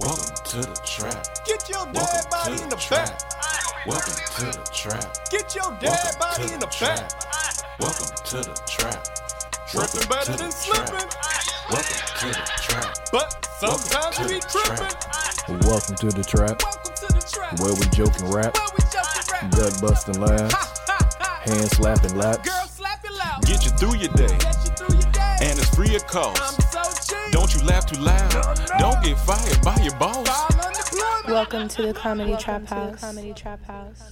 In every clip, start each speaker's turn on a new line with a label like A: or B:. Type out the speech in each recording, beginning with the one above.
A: to the trap.
B: Get your dead
A: Welcome
B: body
A: to
B: in
A: the
B: the back.
A: trap. Welcome to the trap.
B: Get your dead
A: Welcome
B: body
A: to
B: in
A: the
B: the
A: trap.
B: back.
A: Welcome to the trap.
B: Tripping better than slipping,
A: Welcome to the trap.
B: but sometimes
A: to
B: we
A: the
B: tripping.
A: trap.
C: Welcome to the trap,
B: Welcome to the trap.
C: where we joke and rap,
B: Where we just rap.
C: gut busting laughs, hand slapping laps.
B: Girl, slap it loud.
A: Get you through your day,
B: Get you through your day.
A: and it's free of
B: I'm
A: cost.
B: so cheap.
A: Don't you laugh too loud. Don't get fired by your boss.
B: All unemployment.
D: Welcome to the Comedy Trap House. Comedy Trap House.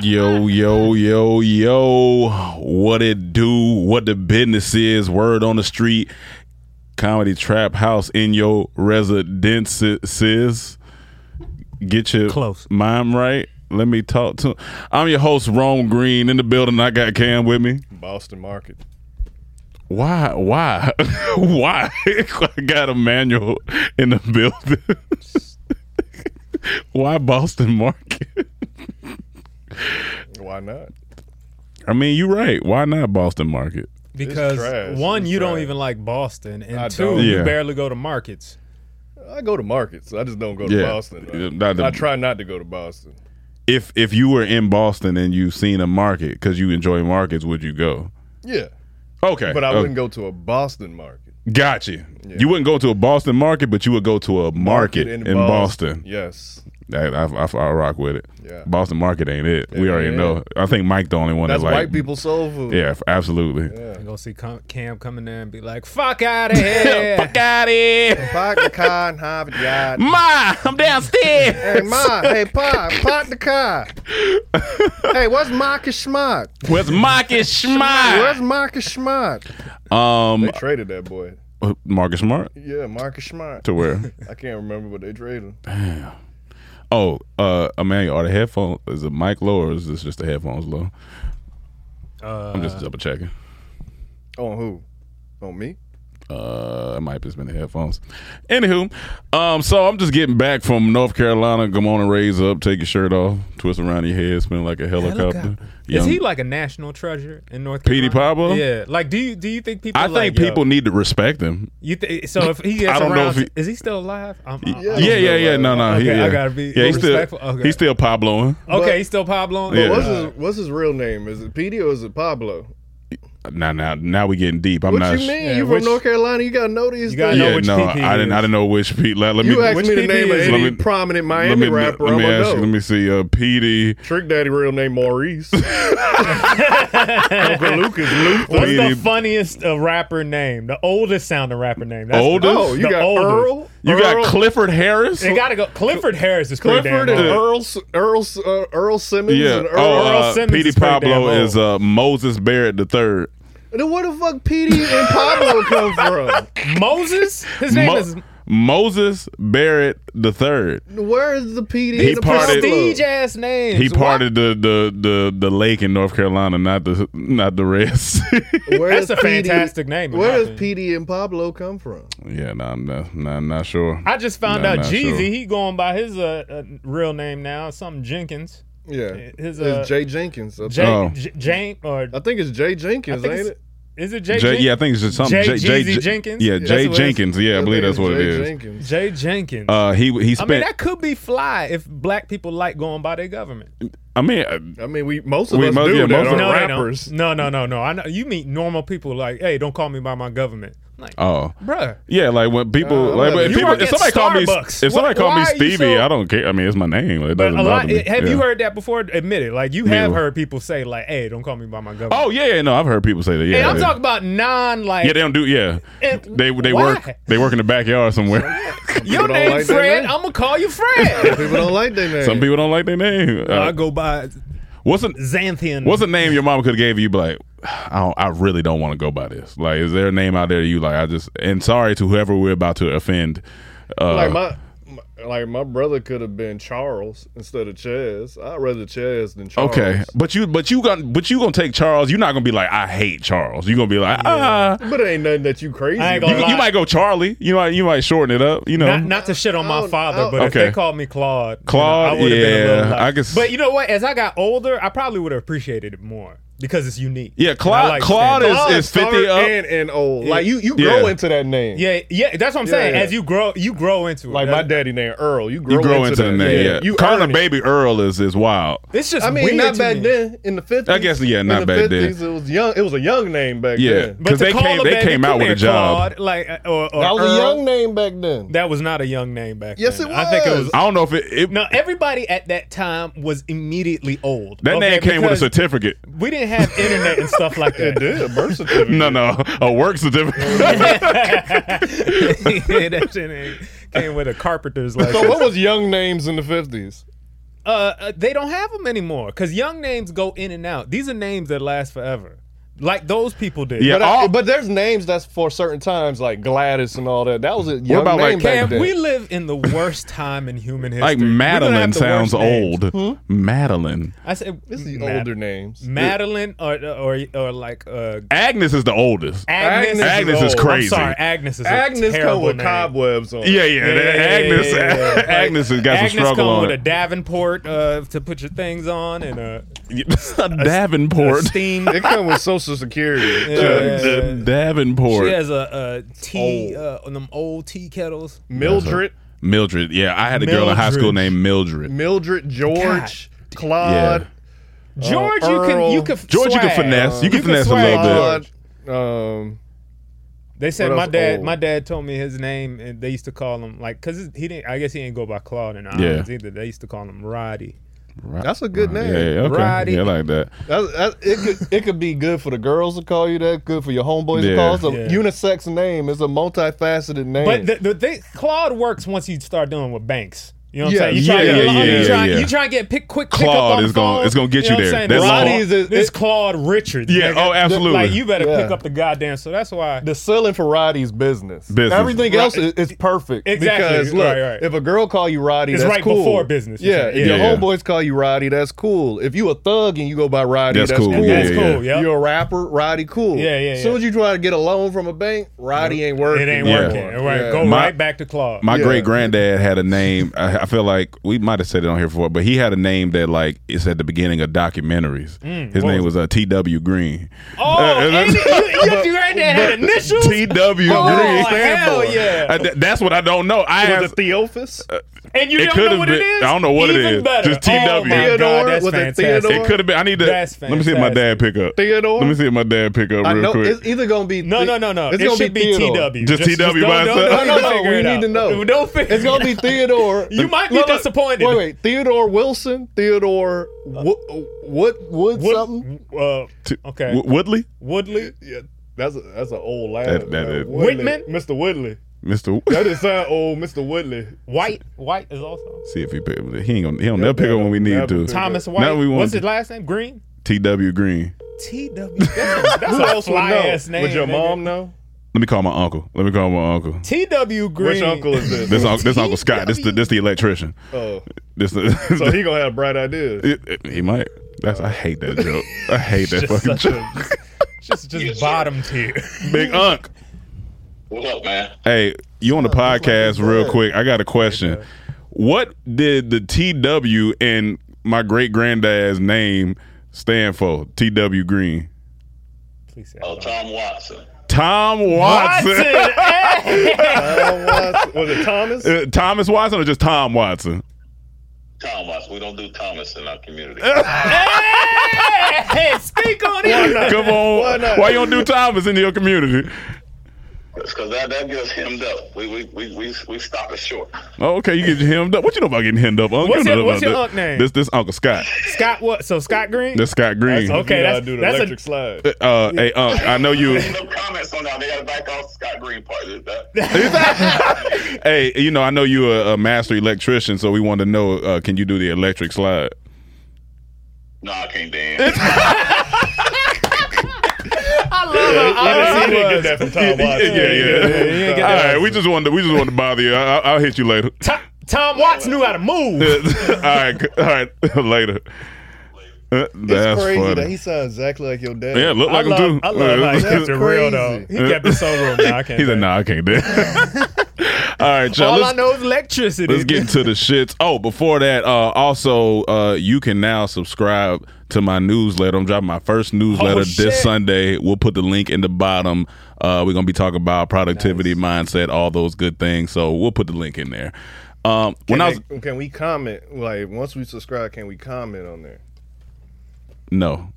E: Yo, yo, yo, yo. What it do, what the business is, word on the street, comedy trap house in your residences. Get your
F: Close.
E: mime right. Let me talk to I'm your host, Rome Green, in the building. I got Cam with me.
G: Boston market.
E: Why? Why? Why? I got Emmanuel in the building. Why Boston Market?
G: Why not?
E: I mean, you're right. Why not Boston Market?
F: Because
G: trash.
F: one,
G: It's
F: you don't
G: trash.
F: even like Boston, and
G: I
F: two,
G: don't.
E: Yeah.
F: you barely go to markets.
G: I go to Oh, markets. I just don't go to
E: Yeah.
G: Boston. though.
E: Yeah, not the-
G: I try not to go to Boston.
E: If if you were in Boston and you've seen a market because you enjoy markets, would you go?
G: Yeah,
E: Okay,
G: but I
E: okay.
G: wouldn't go to a Boston market.
E: Got you. You wouldn't go to a Boston market, but you would go to a market, in, Boston.
G: Yes,
E: I, I, I, I rock with it.
G: Yeah.
E: Boston market ain't it. we
G: Yeah,
E: already
G: yeah.
E: know. I think Mike the only one
G: that's
E: that like
G: white people soul food.
E: Yeah, f- absolutely.
F: You go see Com- Cam come in there and be like, "Fuck out of here!"
E: Fuck out of here,
G: Pot the car and Harvey God.
E: ma! I'm downstairs.
G: Hey ma, hey pa, pot the car. hey, what's Marcus Smart?
E: Where's Marcus Smart?
G: Marcus Smart?
E: Um,
G: They traded that boy.
E: Marcus Smart
G: Yeah, Marcus Smart.
E: to where?
G: I can't remember, but they traded him.
E: Oh, uh, Emmanuel, are the headphones? Is the mic low or is this just the headphones low? I'm just double checking.
G: On who? On me?
E: Uh, it might just been the headphones. Anywho, um, so I'm just getting back from North Carolina. Come on and raise up, take your shirt off, twist around your head, spin like a helicopter.
F: Is
E: Young-
F: he like a national treasure in North
E: Petey
F: Carolina?
E: Pablo?
F: Yeah. Like, do you do you think people?
E: I think
F: like, yo,
E: people need to respect him.
F: You th- so if he gets
E: I don't
F: around,
E: know if he-
F: is he still alive? I'm, I'm,
E: Yeah, yeah, yeah. No, no. he,
F: Okay,
E: yeah.
F: I gotta be
E: Yeah, he's still,
F: respectful. Okay.
E: he's still Pabloing.
F: okay,
G: But-
F: he's still Pablo.
E: Yeah.
G: What's his What's his real name? Is it Petey or is it Pablo?
E: Now, now, now we getting deep. I'm
G: What
E: not.
G: you
E: sh-
G: mean?
F: Yeah,
G: you from
F: which-
G: North Carolina? You gotta know these
F: You gotta
G: things.
F: know
E: Yeah,
F: which
E: no,
F: PP
E: I didn't. I
F: is.
E: didn't know which Pete. Let, let
G: you
E: me.
G: asked
F: which
G: me the
F: PP
G: name of
F: is-
G: any
E: Let me-
G: prominent Miami
E: let me,
G: rapper.
E: let
G: I'm
E: me
G: gonna
E: ask.
G: know.
E: Let me see. Uh, Petey.
G: Trick Daddy real name Maurice. Uncle Luke is Luther.
F: What's
E: Petey-
F: the funniest uh, rapper name? The oldest sounding rapper name. That's
E: Oldest?
G: Oh, you
F: the
G: got
F: oldest.
G: Earl.
E: You
F: Earl-
E: got Clifford Harris.
F: They gotta go. Clifford Harris is pretty
G: Clifford
F: damn
G: and
F: old.
G: Earl Earl uh, Earl Simmons.
E: yeah.
G: And Earl,
E: Oh,
G: Earl
E: uh,
F: Simmons
E: Petey
F: is pretty damn
E: Pablo
F: old.
E: is uh, Moses Barrett the third.
G: Then where the fuck Petey and Pablo come from?
F: Moses. His name is
E: Moses Barrett the third.
G: Where is the Petey?
E: He
G: and the
E: parted-
G: Pablo?
F: prestige ass names.
E: He
F: What?
E: parted the, the the the lake in North Carolina, not the not the rest.
G: Where
F: That's
G: does
F: a
G: Petey-
F: fantastic name, in my
G: Where does
F: opinion.
G: Petey and Pablo come from?
E: yeah, no, I'm not, no, I'm not sure.
F: I just found
E: No,
F: out
E: not
F: Jeezy.
E: sure.
F: He going by his uh, uh, real name now. Something Jenkins.
G: Yeah,
F: His, uh,
G: it's Jay Jenkins. I think.
F: Jay,
E: Oh.
F: J- Jane or
G: I think it's Jay
F: I
G: Jenkins,
F: think
G: ain't
F: it's-
G: it?
F: is it Jay?
E: J-
F: Jen-
E: yeah, I think it's just something.
F: Jay
E: J- J-
F: Jeezy
E: J-
F: Jenkins?
E: Yeah,
F: That's
E: Jay
F: what it is.
E: Jenkins. Yeah, I believe
G: think
E: that's
G: it's
E: what it
G: Jay
E: is.
G: Jenkins.
F: Jay Jenkins.
E: Uh, he he
F: I
E: spent.
F: mean, that could be fly if black people like going by their government.
E: I mean, uh,
G: I mean, we most of
E: We
G: us
E: most-
G: do
E: yeah,
G: that
E: most of
G: are
E: us-
F: No, they don't.
G: rappers.
F: No, no, no, no. I know you meet normal people like, hey, don't call me by my government. I'm like,
E: oh.
F: bruh,
E: Yeah, like when people
G: Uh,
E: like
G: you
E: if, people,
F: Oh, work
E: if
F: at
E: somebody called me if
F: Starbucks.
E: somebody
F: What-
E: called me
F: why are you
E: Stevie,
F: so-
E: I don't care. I mean, it's my name. It
F: But
E: doesn't
F: a
E: bother
F: lot.
E: me.
F: Have
E: Yeah.
F: you heard that before? Admit it. Like you have
E: No.
F: heard people say, like, "Hey, don't call me by my government."
E: Oh yeah, yeah, no, I've heard people say that. Yeah,
F: and I'm
E: yeah.
F: talking about non. Like
E: Yeah, they don't do. Yeah,
F: And
E: they they
F: why?
E: work they work in the backyard somewhere.
F: your
G: People don't
F: name
G: like their
F: Fred.
G: name.
F: I'm gonna call you
E: Uh,
F: Fred.
G: People don't like their name.
E: Some people don't like their name. Uh,
F: I go by
E: what's a
F: Xanthian.
E: what's a name your mama could have gave you? Be like, I don't, I really don't want to go by this. Like, is there a name out there you like? I just and sorry to whoever we're about to offend. Uh,
G: like my, my like my brother could have been Charles instead of Chaz. I'd rather Chaz than Charles.
E: Okay, but you but you gonna but you gonna take Charles. You're not gonna be like I hate Charles. You're gonna be like ah.
G: But it ain't nothing that you crazy.
F: I ain't
G: about.
F: gonna
E: You, you might go Charlie. You might you might shorten it up. You know.
F: Not, not to shit on my
G: I'll-
F: father,
G: I'll-
F: but if
E: Okay.
F: they called me Claude, you know,
E: Claude,
F: I would have been a
E: yeah,
F: little. Like,
E: I could s-
F: But you know what? As I got older, I probably would have appreciated it more. because it's unique.
E: Yeah,
F: And I
E: Claude-
F: like
E: Claude
F: Stan.
E: is-
G: Claude
E: fifty
G: started
E: up?
G: and, and old. Like you, you
E: Yeah.
G: grow into that name.
F: Yeah, yeah, that's what I'm saying.
G: Yeah.
F: As you grow, you grow into it.
G: Like my daddy name Earl. You grow,
E: you grow into, the
G: that.
E: name. Yeah,
G: You
E: calling a
G: earn it.
E: baby Earl is is wild.
F: It's just
G: I mean,
F: weird
G: not
F: to
G: back
F: me.
G: then. In the fifties,
E: I guess, yeah, not
G: in the
E: back then.
G: 50s, It was young. It was a young name back
E: Yeah.
G: then.
E: 'Cause
F: to
E: they
F: call
E: came-
F: a
E: they
F: baby,
E: came
F: "Come
E: out with a
F: here,
E: job."
F: Claude," like uh, or, or
G: That was
F: Earl,
G: a young name back then.
F: That was not a young name back
G: Yes,
F: then.
G: it
F: I think it
G: was.
F: was.
E: I don't know if it, it
F: No, everybody at that time was immediately old.
E: that
F: okay,
E: name came with a
F: because
E: certificate.
F: We didn't have internet and stuff like that.
G: it did. A birth certificate.
E: No, no, a work certificate.
F: yeah, that shit ain't- came with a carpenter's license.
G: So what was young names in the fifties?
F: uh, uh, they don't have them anymore because young names go in and out. These are names that last forever, like those people did.
E: Yeah,
G: But,
E: all-
G: I, but there's names that's for certain times, like Gladys and all that. That was a young
E: about,
G: name
E: like,
G: back
F: Cam,
G: then.
F: we live in the worst time in human history.
E: like
F: We're gonna have
E: Madeline
F: the worst
E: sounds
F: names.
E: old. Madeline.
F: I said
G: This is
F: Mad-
G: older names.
F: Madeline or or or like uh,
E: Agnes is the oldest.
F: Agnes.
G: Agnes
E: Agnes is
G: old. I'm
E: crazy.
F: I'm sorry, Agnes is a
G: Agnes come
F: terrible
G: with
F: name.
G: cobwebs on. it.
E: Yeah, yeah. that-
F: yeah,
E: Agnes,
F: yeah, yeah, yeah. Like,
E: Agnes has got
F: Agnes
E: some struggle
F: come
E: on
F: with a
E: it.
F: Davenport uh, to put your things on and a,
E: A Davenport.
F: steam.
G: It come with Social Security.
F: Yeah.
E: Da-
F: she
E: Davenport.
F: has a, a tea uh, on them old tea kettles.
G: Uh, Mildred,
E: Mildred. Yeah, I had a girl in high
F: Mildred.
E: school named Mildred.
G: Mildred, George, Claude,
F: George, you
G: Earl.
F: can you can
E: George, you can
F: swag.
E: finesse. You can finesse a
F: swag,
E: little bit.
F: George.
G: Claude. Um,
F: They said
G: What
F: my
G: else
F: dad.
E: Oh.
G: old?
F: My dad told me his name, and they used to call him like because he didn't. I guess he didn't go by Claude in the
E: Yeah.
F: islands either. They used to call him Roddy.
E: Right.
G: That's a good
E: Right.
G: name.
E: Yeah, yeah, okay.
F: Roddy.
E: Yeah, I like that.
G: That's, that, it could it could be good for the girls to call you that. Good for your homeboys
E: Yeah.
G: to call. It's a
F: Yeah.
G: unisex name. It's a multifaceted name.
F: But the, the thing, Claude works once you start dealing with banks. You know what
G: Yeah,
F: I'm saying? You try
E: yeah,
F: to get,
E: yeah, yeah,
F: you try,
E: yeah.
F: you try to get pick quick. pick
E: Claude
F: up on
E: is
F: the
E: gonna-
F: phone,
E: it's gonna get you
F: know what
E: there.
F: I'm saying?
E: That's
F: Roddy
E: all.
F: is a, it's Claude Richards.
E: Yeah,
F: nigga.
E: oh, absolutely.
F: Like you better pick
G: Yeah.
F: up the goddamn. So that's why.
G: the selling for Roddy's business.
E: Business.
G: Everything else is, is perfect.
F: Exactly.
G: Because look,
F: Right, right.
G: if a girl call you Roddy,
F: It's
G: that's
F: right
G: cool.
F: before business, you're
G: Yeah.
F: saying.
G: If
E: Yeah,
G: your
E: yeah.
G: homeboys call you Roddy, that's cool. If you a thug and you go by Roddy,
E: That's
G: that's,
E: cool.
G: cool.
E: Yeah,
F: That's yeah. cool, yep.
G: You're a rapper, Roddy, cool.
F: Yeah, yeah,
G: As soon
F: yeah.
G: as you try to get a loan from a bank, Roddy ain't working.
F: It ain't
E: Yeah.
F: working. All right,
G: Yeah.
F: go
E: My-
F: right back to Claude.
E: My
G: Yeah.
E: great granddad had a name. I, I feel like we might have said it on here before, but he had a name that like it's at the beginning of documentaries. His name was uh, T.W. Green.
F: oh,
E: uh,
F: and you, you, your granddad had initials.
E: T.W.
F: Oh,
E: Green.
F: hell yeah.
E: I- th- that's what I don't know. I
G: Was
E: asked,
G: it Theophis?
F: And you
E: It
F: don't
E: could've
F: know what it
E: been-
F: is?
E: I don't know what it
F: Even
E: is.
F: Better.
E: Just
F: Oh
E: TW.
F: my
G: Theodore?
F: God, that's
G: Was it
F: fantastic.
G: Theodore?
E: it could have been. I need to.
F: That's
E: let me see if my dad pick up.
G: Theodore?
E: Let me see if my dad pick up
G: I
E: real
G: know
E: quick.
G: it's either gonna be
F: No, no, no, no.
G: It's
F: it
G: gonna
F: should be,
G: Theodore.
F: TW.
E: Just TW by
F: don't- don't-
E: itself?
G: No, no,
F: don't
G: no,
F: figure
G: we
F: it
G: need
F: out.
G: to know.
F: Don't figure
G: It's gonna be Theodore.
F: You might be disappointed.
G: Wait, wait. Theodore Wilson. Theodore. What? What? Wood? Something.
F: Wood, uh,
E: T-
F: okay.
E: W- Woodley,
F: Woodley?
G: Yeah, that's a, that's an old lad.
E: That- that is-
F: Whitman?
G: Mr. Woodley.
E: Mister.
G: That is sound old, Mr. Woodley.
F: White? White is also.
E: See if he pick. He ain't gonna. He don't never pick up when we need to.
F: Thomas White.
E: Now we want
F: What's
E: to-
F: his last name? Green?
E: T.W. Green.
F: TW. That's a, that's
G: Who
F: a
G: else would
F: fly
G: know?
F: ass name.
G: Would your
F: nigga.
G: mom know?
E: Let me call my uncle. Let me call my uncle.
F: TW Green.
G: Which uncle is this?
E: This uncle, this uncle Scott. This the this the electrician.
G: Oh,
E: This the,
G: so he gonna have bright ideas.
E: he might. That's I hate that joke. I hate that fucking joke.
F: Just, just bottom tier.
E: Big Unc.
H: What's up, man?
E: Hey, you on the podcast
G: like
E: real
G: that.
E: quick? I got a question. What did the TW and my great granddad's name stand for? TW Green.
F: Please say
H: Oh, Tom Watson.
E: Tom Watson.
G: Tom Watson- was it Thomas?
E: Uh, Thomas Watson or just Tom Watson?
H: Tom Watson. We don't do Thomas in our community.
F: Hey, speak on it.
E: Come on.
G: Why
E: Why,
G: not?
E: you don't do Thomas in your community?
H: Because that, that gets hemmed up. We we we we, we stop it short.
E: Oh, okay, you get hemmed up. What you know about getting hemmed up? Uncle?
F: What's
E: You know
F: your- what's
E: about
F: your
E: that.
F: Unc name?
E: This this Uncle Scott.
F: Scott what? So Scott Green?
E: This Scott Green.
F: okay,
G: You know
F: that's-
G: I do the
F: that's a-
G: electric slide.
E: Uh, hey, Unc, I know you.
H: Ain't no comments on that. They got to back off Scott Green part. Is that-
E: hey, you know I know you a, a master electrician, so we want to know: uh, Can you do the electric slide?
H: no, I can't dance.
G: I
F: he
G: didn't
F: was.
G: get that from Tom Watson.
E: Yeah, yeah.
F: ain't
E: All
F: get
E: right, we just wanted to, we just wanted to bother you. I, I, will hit you later.
F: Tom, Tom Watts knew how to move.
E: all right, all right, later. Uh, That's
G: It's crazy
E: funny.
G: that he sounds exactly like your dad.
E: yeah, look like
F: I
E: him
F: love,
E: too. Uh,
F: I love how he kept it real though.
G: crazy.
F: He kept it so real. Now I can't.
E: He's
F: do
E: like,
F: it.
E: nah, I can't do it. All right, y'all.
F: All I
E: Let's,
F: know is electricity.
E: let's get into the shits. Oh, before that, uh, also, uh, you can now subscribe to my newsletter. I'm dropping my first
G: Oh,
E: newsletter
F: shit.
E: this Sunday. We'll put the link in the bottom. Uh, we're gonna be talking about productivity, mindset, all those good things. So we'll put the link in there. Um, when I was
G: Can- can we comment? Like, once we subscribe, can we comment on there?
E: no,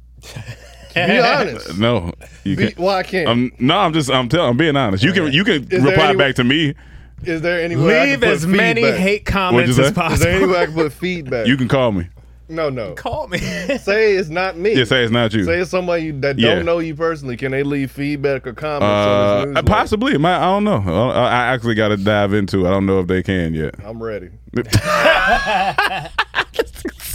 G: Be honest.
E: no, you
G: Be,
E: can't.
G: well, I can't.
E: Um, no, I'm just I'm telling I'm being honest. You can you can
G: there
E: reply
G: any-
E: back to me.
G: is there any way I can
F: Leave
G: put
F: as many
G: feedback?
F: hate
E: What'd
F: comments
E: you
F: as
E: say?
G: Is there any
F: possible.
G: way I can put feedback?
E: You can call me.
G: no, no.
F: Call me.
G: Say it's not me.
E: Yeah, say it's not you.
G: Say it's somebody you, that
E: Yeah.
G: don't know you personally. Can they leave feedback or comments
E: Uh,
G: on this newsletter?
E: possibly. My, I don't know. I, I actually got to dive into. it. I don't know if they can yet.
G: I'm ready.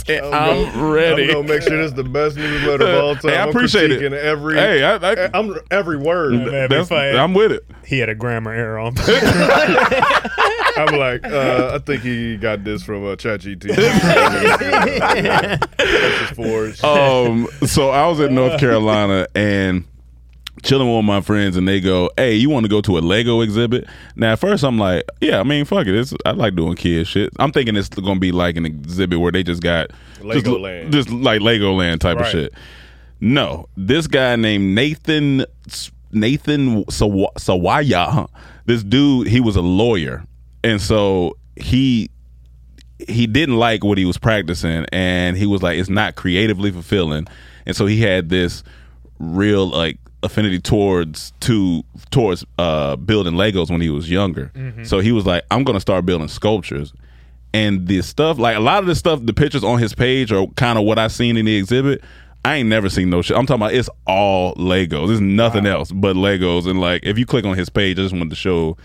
E: I'm ready.
G: I'm gonna make sure this is the best newsletter of all time.
E: Hey, I
G: I'm
E: appreciate it.
G: critiquing Every,
E: Hey, I, I,
G: am every word.
F: man. that'd be
E: that's-
F: fine.
E: I'm with it.
F: he had a grammar error on.
G: I'm like, uh, I think he got this from uh, ChatGPT. That's just forged.
E: um, so I was in North Carolina and chilling with my friends, and they go, "Hey, you want to go to a Lego exhibit?" Now, at first, I'm like, "Yeah, I mean, fuck it. It's, I like doing kid shit." I'm thinking it's gonna be like an exhibit where they just got just-
G: Legoland.
E: just, like Legoland type of
G: Right.
E: shit. No, this guy named Nathan Nathan Sawa- Sawaya. This dude, he was a lawyer, and so he he didn't like what he was practicing and he was like it's not creatively fulfilling and so he had this real like affinity towards to towards uh building legos when he was younger so he was like i'm gonna start building sculptures and the stuff like a lot of the stuff the pictures on his page are kind of what i seen in the exhibit i ain't never seen no shit i'm talking about it's all legos there's nothing else but legos and like if you click on his page i just wanted to show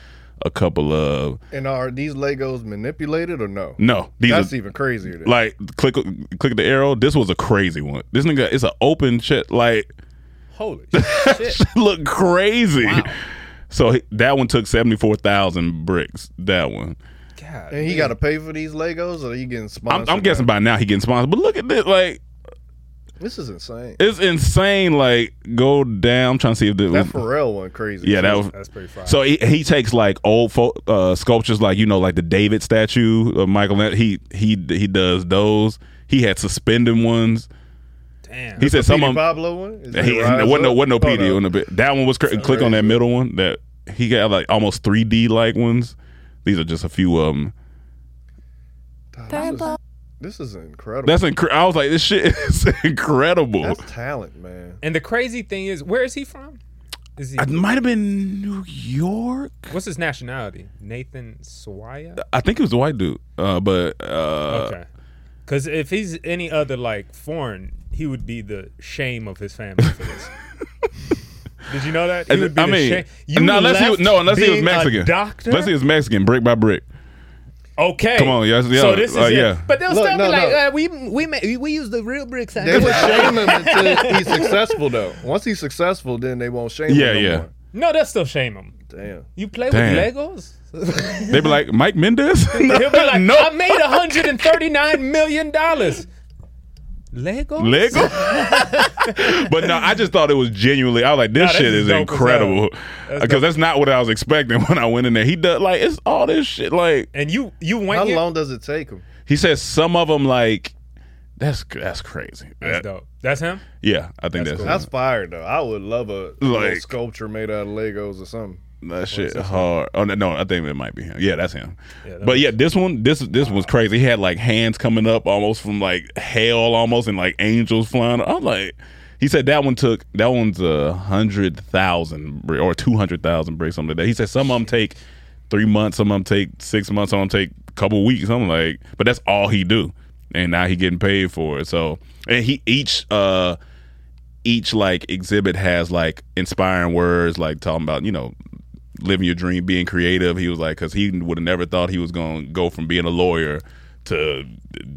E: a couple of
G: And are these Legos manipulated or no?
E: no these
G: That's
E: are,
G: even crazier. Than
E: like click click the arrow. This was a crazy one. This nigga, it's an open shit. Like
F: Holy shit!
E: shit look crazy. So he- that one took seventy four thousand bricks. That one.
F: God.
G: and he got to pay for these Legos, or he getting
E: I'm,
G: sponsored?
E: I'm guessing by now he getting sponsored. But look at this. Like
G: this is insane.
E: it's insane. Like go down. I'm trying to see if the
G: That Pharrell one crazy.
E: yeah that
G: too.
E: was.
F: That's pretty fire.
E: So he, he takes like old fo- uh, sculptures, like you know, like the David statue of Michael. He he he does those. He had suspending ones.
F: Damn.
E: He said some
G: Petey
E: of 'em-
G: Pablo one. Is
E: He,
G: it Rise
E: wasn't no,
G: Up?
E: wasn't no
G: Oh,
E: PD on the bit. That one was cra- click on that middle one that he got like almost 3D like ones. These are just a few of them.
G: This is incredible.
E: That's incre- I was like, this shit is incredible.
G: That's talent, man.
F: And the crazy thing is, where is he from? Is he?
E: it might have been New York.
F: What's his nationality? Nathan Swaya.
E: I think it was a white dude, uh, but uh,
F: Okay. Because if he's any other like foreign, he would be the shame of his family for this. Did you know that? He would be
E: I
F: the
E: mean,
F: shame. You
E: no, unless he was,
F: left
E: no, unless he was
F: being a
E: Mexican.
F: Doctor.
E: Unless he was Mexican, brick by brick.
F: okay.
E: Come on, yes, yeah,
F: So this is
E: uh,
F: it.
E: yeah.
F: But they'll
G: Look,
F: still
G: no,
F: be like,
G: no.
F: uh, we we ma- we use the real bricks. out here.
G: They would shame him until he's successful, though. Once he's successful, then they won't shame
E: Yeah,
G: him. no
E: yeah.
G: more.
F: No, they'll still shame him.
G: Damn.
F: You play
E: Damn.
F: with Legos.
E: They be like Mike Mendez.
F: He'll be like,
E: no
F: I made 139 million dollars. Legos.
E: Lego. but no, I just thought it was genuinely. I was like, this
F: Nah, this
E: shit
F: is
E: is
F: dope as
E: incredible
F: hell.
E: because that's not what I was expecting when I went in there. He does like it's all this shit. Like
F: And you you went.
G: How
F: here-
G: long does it take him?
E: he says, some of them like that's that's crazy.
F: That's
E: That-
F: dope. That's him.
E: Yeah, I think that's,
G: That's fire, though. I would love a little
E: Like-
G: sculpture made out of Legos or something.
E: that shit hard. Oh no, no, I think it might be him. Yeah, that's him.
F: Yeah, that
E: but yeah, this one, this this was crazy. He had like hands coming up almost from like hell, almost, and like angels flying. I'm like, he said that one took that one's a hundred thousand bri- or two hundred thousand bricks, something like that. He said some of them take three months, some of them take six months, some of them take a couple weeks. I'm like, but that's all he do, and now he getting paid for it. So and he each uh each like exhibit has like inspiring words like talking about you know living your dream being creative he was like because he would have never thought he was going to go from being a lawyer to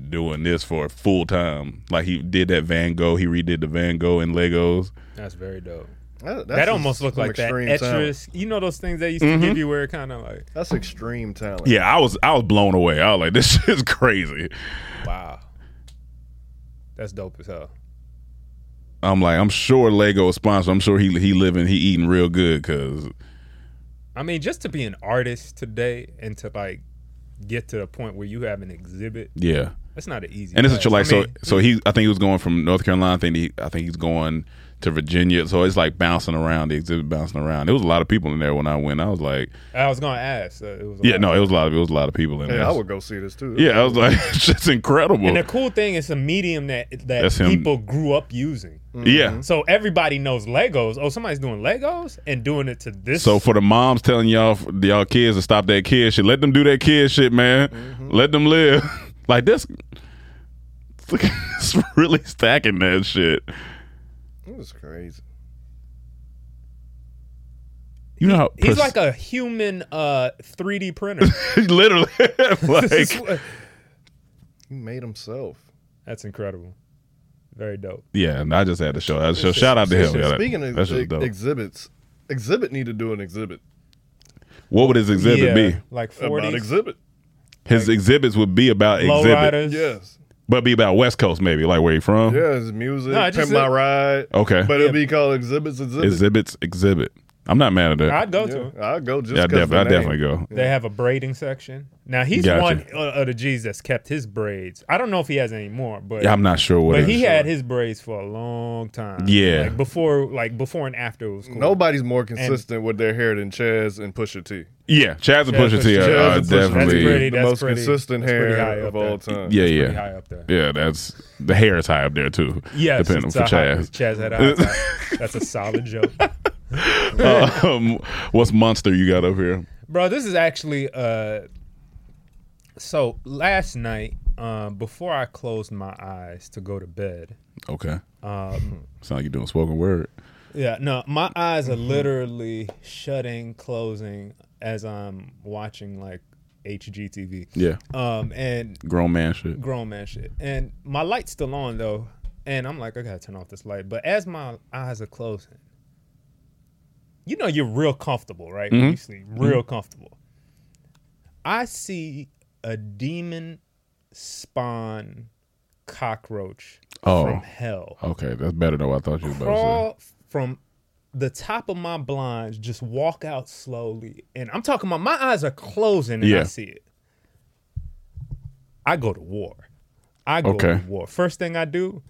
E: doing this for full time like he did that van gogh he redid the van gogh in legos
F: That's very dope.
G: That, that's
F: that
G: just
F: almost looked
G: some
F: like that
G: extreme talent.
F: Tetris. You know those things they used to
E: Mm-hmm.
F: give you where it kind of like
G: That's extreme talent.
E: yeah i was i was blown away i was like this is crazy
F: wow. That's dope as hell.
E: i'm like i'm sure lego is sponsored i'm sure he he living he eating real good because
F: I mean, just to be an artist today and to like get to the point where you have an exhibit,
E: Yeah.
F: that's not an easy.
E: And this is
F: task.
E: true. Like
F: I mean,
E: so, so he. I think he was going from North Carolina. I think he. I think he's going to Virginia. So it's like bouncing around the exhibit, bouncing around. There was a lot of people in there when I went. I was like,
F: I was gonna ask. uh, it was a
E: yeah,
F: lot.
E: no, it was a lot of it was a lot of people in
G: Hey,
E: there.
G: I would go see this too.
E: yeah, I was like, it's just incredible.
F: And the cool thing is a medium that that
E: That's him.
F: people grew up using.
E: yeah.
F: So everybody knows Legos. Oh, somebody's doing Legos and doing it to this.
E: So for the moms telling y'all y'all kids to stop that kid shit, let them do that kid shit, man.
F: Mm-hmm.
E: Let them live. like this, it's really stacking that shit.
G: It was crazy.
E: You know how
F: he's
E: pers-
F: like a human uh 3D printer.
E: literally
F: This
E: like
F: is what-
G: He made himself.
F: That's incredible. Very dope.
E: yeah. And I just had to show. I so shout out to him. Yeah, that-
G: Speaking of
E: that shit's
G: ex-
E: dope.
G: exhibits, exhibit need to do an exhibit
E: What would his exhibit
F: yeah,
E: be?
F: like
G: about
F: 40s,
G: exhibit.
E: His exhibits would be about exhibit,
F: lowriders.
G: Yes,
E: but be about West Coast maybe, like where you from.
G: yeah, it's music.
F: No,
G: No,
F: just
G: Pimp my
F: a-
G: ride.
E: Okay.
G: but it'll be called exhibits. Exhibit.
E: Exhibits exhibit. I'm not mad at that.
F: I'd go to.
G: Yeah,
F: Them.
G: I'll go just.
E: yeah, I,
G: 'cause
E: def-
G: the
E: I
G: name.
E: definitely go.
F: They have a braiding section. Now he's
E: Gotcha.
F: one o- of the G's that's kept his braids. I don't know if he has any more, but
E: Yeah, I'm not sure what.
F: But
E: it
F: he
E: is.
F: had his braids for a long time.
E: Yeah.
F: like before, like before and after it was cool.
G: Nobody's more consistent with their hair than Chaz and Pusha T.
E: Yeah, Chaz
F: Chaz
E: and Pusha
F: and
E: T
F: Pusha
E: are,
F: T.
E: are
G: Chaz and Pusha
E: definitely.
G: T.
F: That's pretty-
G: the
F: that's
G: most
F: pretty-
G: consistent
F: that's pretty high
G: hair
F: up
G: of
F: there.
G: all time.
E: Yeah,
F: It's pretty
E: yeah,
F: high up there.
E: yeah. That's the hair is high up there too.
F: Yes,
E: depending
F: it's
E: for
F: a high-
E: Chaz.
F: Chaz had a high top. That's a solid joke,
E: um, what's monster you got up here?
F: bro. This is actually uh. So last night, um, before I closed my eyes to go to bed,
E: Okay. Um, sound like you're doing spoken word.
F: Yeah, no, my eyes are
E: Mm-hmm.
F: literally shutting, closing as I'm watching like HGTV.
E: Yeah,
F: Um, and
E: grown man shit.
F: grown man shit. And my light's still on though, and I'm like, I gotta turn off this light. But as my eyes are closing, you know, you're real comfortable, right? When you
E: Mm-hmm.
F: sleep, real comfortable. I see a demon spawn cockroach
E: Oh.
F: from hell
E: Okay, that's better than what I thought you was about
F: crawl from the top of my blinds, just walk out slowly. And I'm talking about my eyes are closing and I
E: Yeah.
F: see it. I go to war. I go
E: Okay.
F: to war. First thing I do,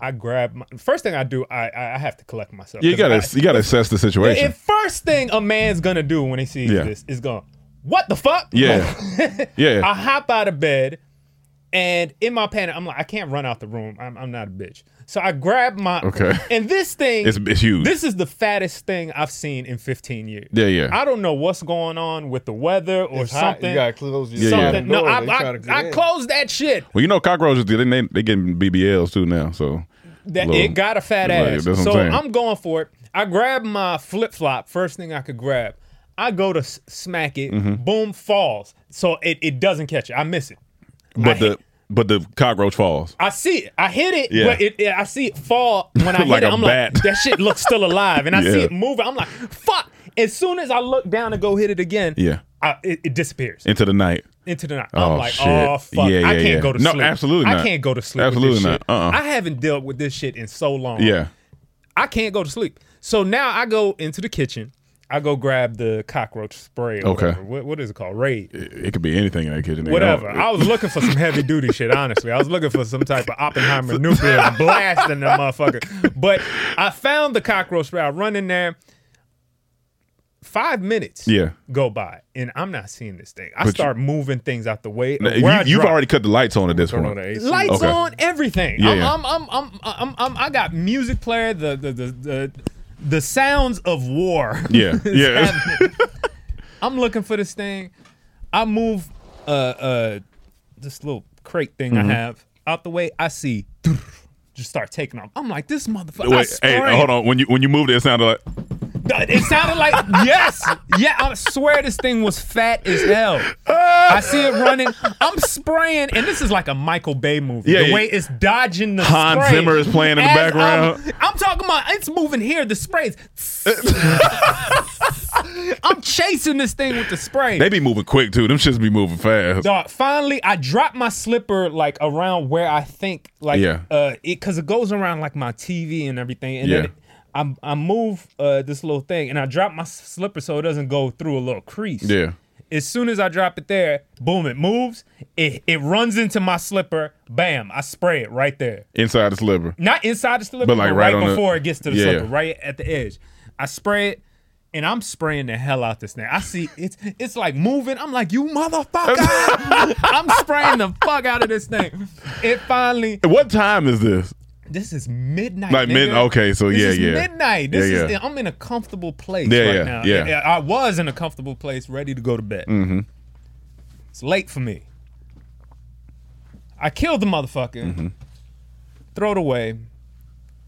F: I grab my first thing I do, I I I have to collect myself.
E: to say. You
F: 'Cause
E: gotta
F: if I-
E: you gotta assess the situation.
F: if first thing a man's gonna do when he sees
E: Yeah.
F: this is go, what the fuck?
E: Yeah. yeah,
F: I hop out of bed, and in my panic, I'm like, I can't run out the room. I'm, I'm not a bitch. So I grab my
E: Okay.
F: and this thing
E: It's- it's huge.
F: This is the fattest thing I've seen in 15 years.
E: Yeah, yeah.
F: I don't know what's going on with the weather or
G: It's hot.
F: something.
G: You gotta close your
E: Yeah, yeah.
G: side
F: something. No,
G: door.
F: I,
G: They
F: I-
G: try to get
F: I
G: in.
F: closed that shit.
E: well, you know cockroaches they they, they getting BBLs too now. So
F: That
E: Little-
F: it got a fat
E: like,
F: ass.
E: that's what I'm
F: so
E: saying.
F: I'm going for it. I grab my flip flop, first thing I could grab. I go to s- smack it.
E: Mm-hmm.
F: Boom, falls. So it, it doesn't catch it. I miss it.
E: but
F: I
E: the
F: hit-
E: but the cockroach falls.
F: I see it. I hit it,
E: Yeah.
F: but it, it- I see it fall. When I hit
E: Like
F: it,
E: a
F: I'm
E: bat.
F: like, that shit looks still alive. And I see
E: Yeah.
F: it moving. I'm like, fuck. As soon as I look down to go hit it again,
E: Yeah.
F: I, it, it disappears
E: Into the night.
F: into the night.
E: Oh,
F: I'm like,
E: shit.
F: oh, fuck.
E: Yeah,
F: I
E: yeah,
F: can't
E: yeah.
F: go to
E: No,
F: sleep.
E: absolutely
F: I
E: not.
F: can't go to sleep.
E: Absolutely
F: with this
E: not.
F: Shit.
E: Uh-uh.
F: I haven't dealt with this shit in so long.
E: Yeah.
F: I can't go to sleep. So now I go into the kitchen. I go grab the cockroach spray. Or
E: Okay.
F: whatever. What, what is it called? Raid
E: It, it could be anything in that kitchen. Oh, They
F: whatever.
E: don't-
F: I was looking for some heavy duty shit, honestly. I was looking for some type of Oppenheimer nuclear blast in that motherfucker. But I found the cockroach spray. I run in there. Five minutes
E: Yeah.
F: go by, and I'm not seeing this thing. I
E: But you-
F: start moving things out the way.
E: Now,
F: of where I
E: you, have
F: drop.
E: already cut the lights on at this
G: Turn on
E: point.
G: the AC.
F: lights
E: Okay.
F: on everything.
E: Yeah,
F: I'm,
E: yeah.
F: I'm, I'm, I'm, I'm, I'm, I got music player. The the the the, the sounds of war.
E: Yeah,
F: is
E: yeah.
F: happening. I'm looking for this thing. I move uh uh this little crate thing
E: Mm-hmm.
F: I have out the way. I see. Just start taking off. I'm like, this motherfucker. I
E: Wait, hey,
F: sprang.
E: hold on. When you when you moved it, it sounded like
F: It sounded like yes, yeah. I swear this thing was fat as hell. I see it running. I'm spraying, and this is like a Michael Bay movie.
E: Yeah,
F: the
E: yeah.
F: way it's dodging the
E: Hans
F: spray
E: Zimmer is playing in the
F: as
E: background.
F: I'm, I'm talking about it's moving here. The sprays. I'm chasing this thing with the spray.
E: they be moving quick too. Them shits be moving fast.
F: Dog, finally, I drop my slipper like around where I think like
E: Yeah.
F: uh it because it goes around like my TV and everything, and
E: Yeah.
F: then it, I I move uh, this little thing and I drop my s- slipper so it doesn't go through a little crease.
E: Yeah.
F: As soon as I drop it there, boom, it moves. It it runs into my slipper. Bam, I spray it right there.
E: Inside the slipper.
F: Not inside the slipper,
E: But,
F: but
E: like, right
F: right,
E: on the-
F: before it gets to the
E: Yeah.
F: slipper, right at the edge. I spray it. And I'm spraying the hell out this thing. I see it's it's like moving. I'm like, you motherfucker! I'm spraying the fuck out of this thing. It finally
E: And What time is this?
F: this is midnight.
E: Like mid-
F: nigga.
E: okay, so
F: This
E: yeah,
F: is
E: yeah.
F: midnight. This
E: Yeah,
F: is
E: yeah.
F: I'm in a comfortable place
E: Yeah,
F: right
E: yeah,
F: now.
E: yeah. Mm-hmm.
F: I was in a comfortable place, ready to go to bed. It's late for me. I killed the motherfucker.
E: Mm-hmm.
F: Throw it away.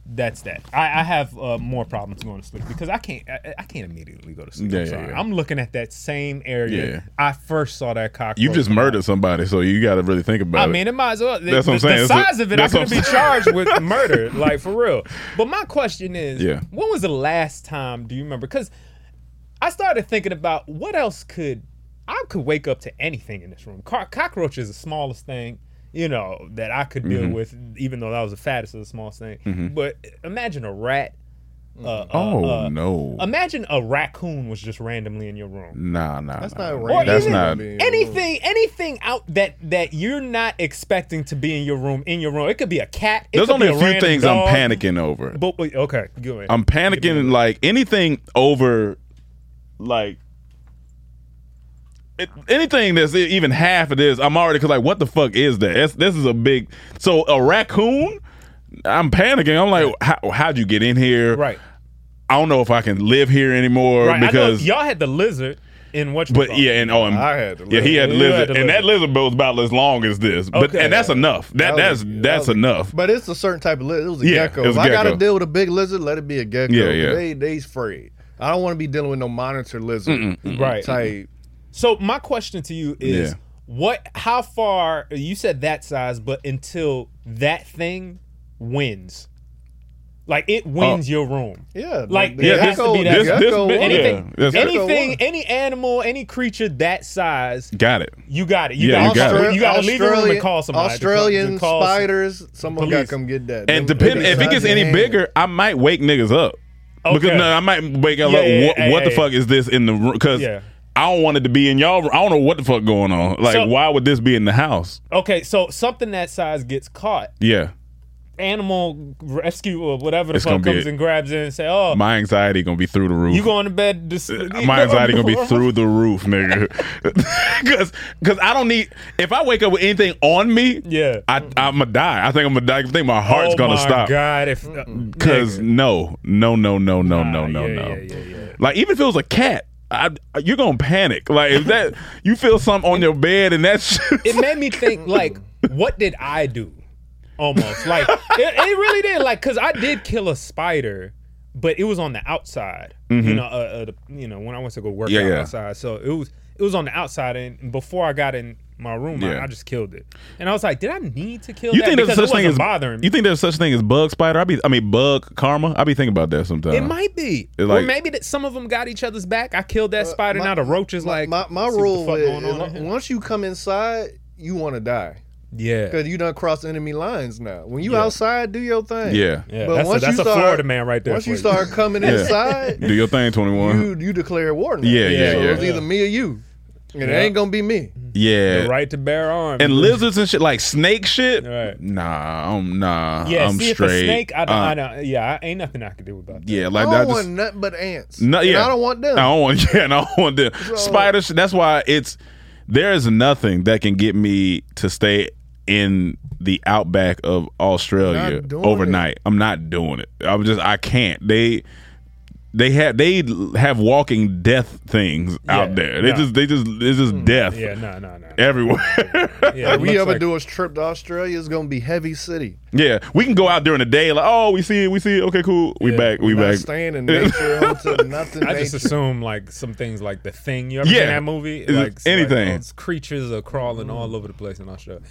F: That's that. I, I have uh, more problems going to sleep because I can't. I, I can't immediately go to sleep.
E: Yeah,
F: I'm,
E: yeah,
F: sorry.
E: yeah.
F: I'm looking at that same area.
E: Yeah.
F: I first saw that cockroach.
E: You just murdered somebody, so you got to really think about
F: I
E: it.
F: mean, it might as well.
E: That's
F: the,
E: what I'm saying.
F: The
E: That's
F: size
E: what-
F: of it, I
E: that's what
F: could be
E: I'm
F: charged with murder, like for real. But my question is,
E: Yeah.
F: when was the last time do you remember? Because I started thinking about what else could I could wake up to anything in this room. Car- cockroach is the smallest thing, you know, that I could
E: Mm-hmm.
F: deal with, even though that was the fattest of the smallest thing. But imagine a rat. Uh,
E: oh
F: uh, uh,
E: no,
F: Imagine a raccoon was just randomly in your room.
E: nah, nah.
G: That's
E: nah.
G: not
F: Or
G: random.
E: That's
F: even
E: not-
F: anything, anything out that that you're not expecting to be in your room. In your room, it could be a cat. It
E: There's
F: could
E: only
F: be
E: a few
F: random
E: things
F: dog.
E: I'm panicking over.
F: But wait, okay, go ahead.
E: I'm panicking like anything over, like it, anything that's e- even half of this. I'm already cause like, what the fuck is that? That's, this is a big. So a raccoon. I'm panicking. I'm like, how, how'd you get in here?
F: right,
E: I don't know if I can live here anymore
F: right.
E: because.
F: I know y'all had the lizard in what? you
E: but
F: call it.
E: yeah, and oh, and-
G: I had to
E: yeah, he had
F: You
E: lizard,
F: had to
E: and
F: live.
E: that lizard bowl was about as long as this. But
F: Okay.
E: and that's enough. That,
G: That
E: that's
G: was- that
E: that's
G: was-
E: enough.
G: But it's a certain type of lizard. It was a
E: Yeah,
G: gecko.
E: it was
G: if I got to
E: gecko.
G: deal with a big lizard, let it be a gecko.
E: Yeah, yeah.
G: They they's afraid. I don't want to be dealing with no monitor lizard
F: Right.
G: type.
F: So my question to you is,
E: Yeah.
F: what? How far? You said that size, but until that thing wins, like it wins your room.
G: Yeah,
F: Like,
G: the
F: yeah,
E: Uh, yeah,
F: has
E: this,
F: to
G: gecko-
F: be that-
E: this,
G: the
E: this,
G: gecko
E: bit-
G: won.
E: yeah,
F: Anything,
E: that's-
G: Gecko
F: anything,
G: won.
F: any animal, any creature that size,
E: got it.
F: You got it. You
E: Yeah,
F: got,
E: you got
F: it.
E: it.
F: You got to leave the room and call somebody. to call- to
G: Australian
F: call some-
G: spiders. someone got
F: police.
G: to come get that.
E: And
G: Them
E: depend
G: big
E: if it gets
G: size
E: any
G: hands.
E: bigger, I might wake niggas up.
F: Okay.
E: Because no, I might wake up.
F: Yeah,
E: like,
F: yeah,
E: what,
F: yeah,
E: what the
F: yeah,
E: fuck is this in the room? Because
F: Yeah.
E: I don't want it to be in y'all. room. I don't know what the fuck going on. Like,
F: So-
E: why would this be in the house?
F: Okay, so something that size gets caught.
E: Yeah,
F: Animal rescue or whatever the
E: It's
F: fuck
E: gonna be
F: comes
E: it.
F: and grabs it and say, "Oh,
E: my anxiety gonna be through the roof. Uh,
F: you going to bed?" This,
E: my anxiety gonna be through the roof, nigga. Because because I don't need. If I wake up with anything on me,
F: Yeah.
E: I I'm gonna die. I think I'm gonna die. I think my heart's
F: oh
E: gonna
F: my
E: stop.
F: God! If
E: Because no, no, no, no, no, no,
F: Nah,
E: no,
F: Ah, yeah,
E: no.
F: yeah, yeah, yeah.
E: Like even if it was a cat, I, you're gonna panic. Like if that you feel something on your bed and that shit.
F: it made me think like what did i do almost like it, it really did like because i did kill a spider but it was on the outside you know uh, uh, the, you know when i went to go work
E: Mm-hmm. Yeah,
F: out
E: yeah.
F: outside so it was it was on the outside and before i got in my room I-
E: Yeah.
F: I, just killed it and i was like did i need to kill
E: you
F: that
E: think there's
F: because
E: such
F: it
E: thing
F: wasn't
E: as
F: bothering me
E: You think there's such thing as bug spider? I be I mean bug karma. I be thinking about that sometimes.
F: it might be,
E: uh, It
F: or
E: like-
F: maybe that some of them got each other's back. I killed that
G: Uh,
F: spider.
G: my-
F: now the roach is
G: my,
F: like
G: my, my
F: "Let's see what the
G: rule
F: fuck
G: is,
F: going on in
G: is
F: here."
G: once you come inside, you want to die
F: Yeah,
G: because you done crossed enemy lines now. When you
F: Yeah.
G: outside, do your thing.
E: Yeah.
F: yeah.
G: but
F: That's, a,
G: once
F: that's
G: you
F: a
G: start-
F: Florida man right there.
G: Once
F: for
G: you start coming
E: Yeah.
G: inside,
E: Do your thing, twenty one.
G: you you declare war. Now.
E: Yeah, yeah,
G: so
E: yeah.
G: It's either me or you, and it
F: Yeah.
G: ain't gonna be me.
E: Yeah.
F: the right to bear arms
E: And lizards and shit like snake shit.
F: Right.
E: Nah, I'm nah.
F: Yeah,
E: Uh, I'm
F: see
E: straight.
F: if a snake, I don't,
E: Uh,
F: I Oh, don't, yeah, I ain't nothing I can do about that.
E: Yeah, like
G: I
E: that.
G: don't want
E: just-
G: nothing but ants.
E: No,
G: And
E: yeah.
G: I don't want them.
E: I don't want. Yeah, and I don't want them.
G: So-
E: Spider. sh- That's why it's there is nothing that can get me to stay in the outback of Australia
G: Not doing
E: overnight. I'm not doing it. I'm just. I can't. They. They have they have walking death things
F: Yeah,
E: out there. They
F: no.
E: just they just it's
G: Mm,
E: just death
F: Yeah, no, no, no.
E: everywhere.
F: Yeah, it
G: If we
F: looks
G: ever
F: like-
G: do a trip to Australia, it's gonna be heavy city.
E: yeah, we can go out during the day like oh we see it we see it okay cool we back we
G: Not
E: back
G: staying in nature, hotel, nothing.
F: I just
G: nature.
F: assume like some things like the thing. You ever
E: Yeah.
F: seen that movie?
E: Is it
F: Like it's
E: anything.
F: like, oh, it's creatures are crawling all over the place in Australia.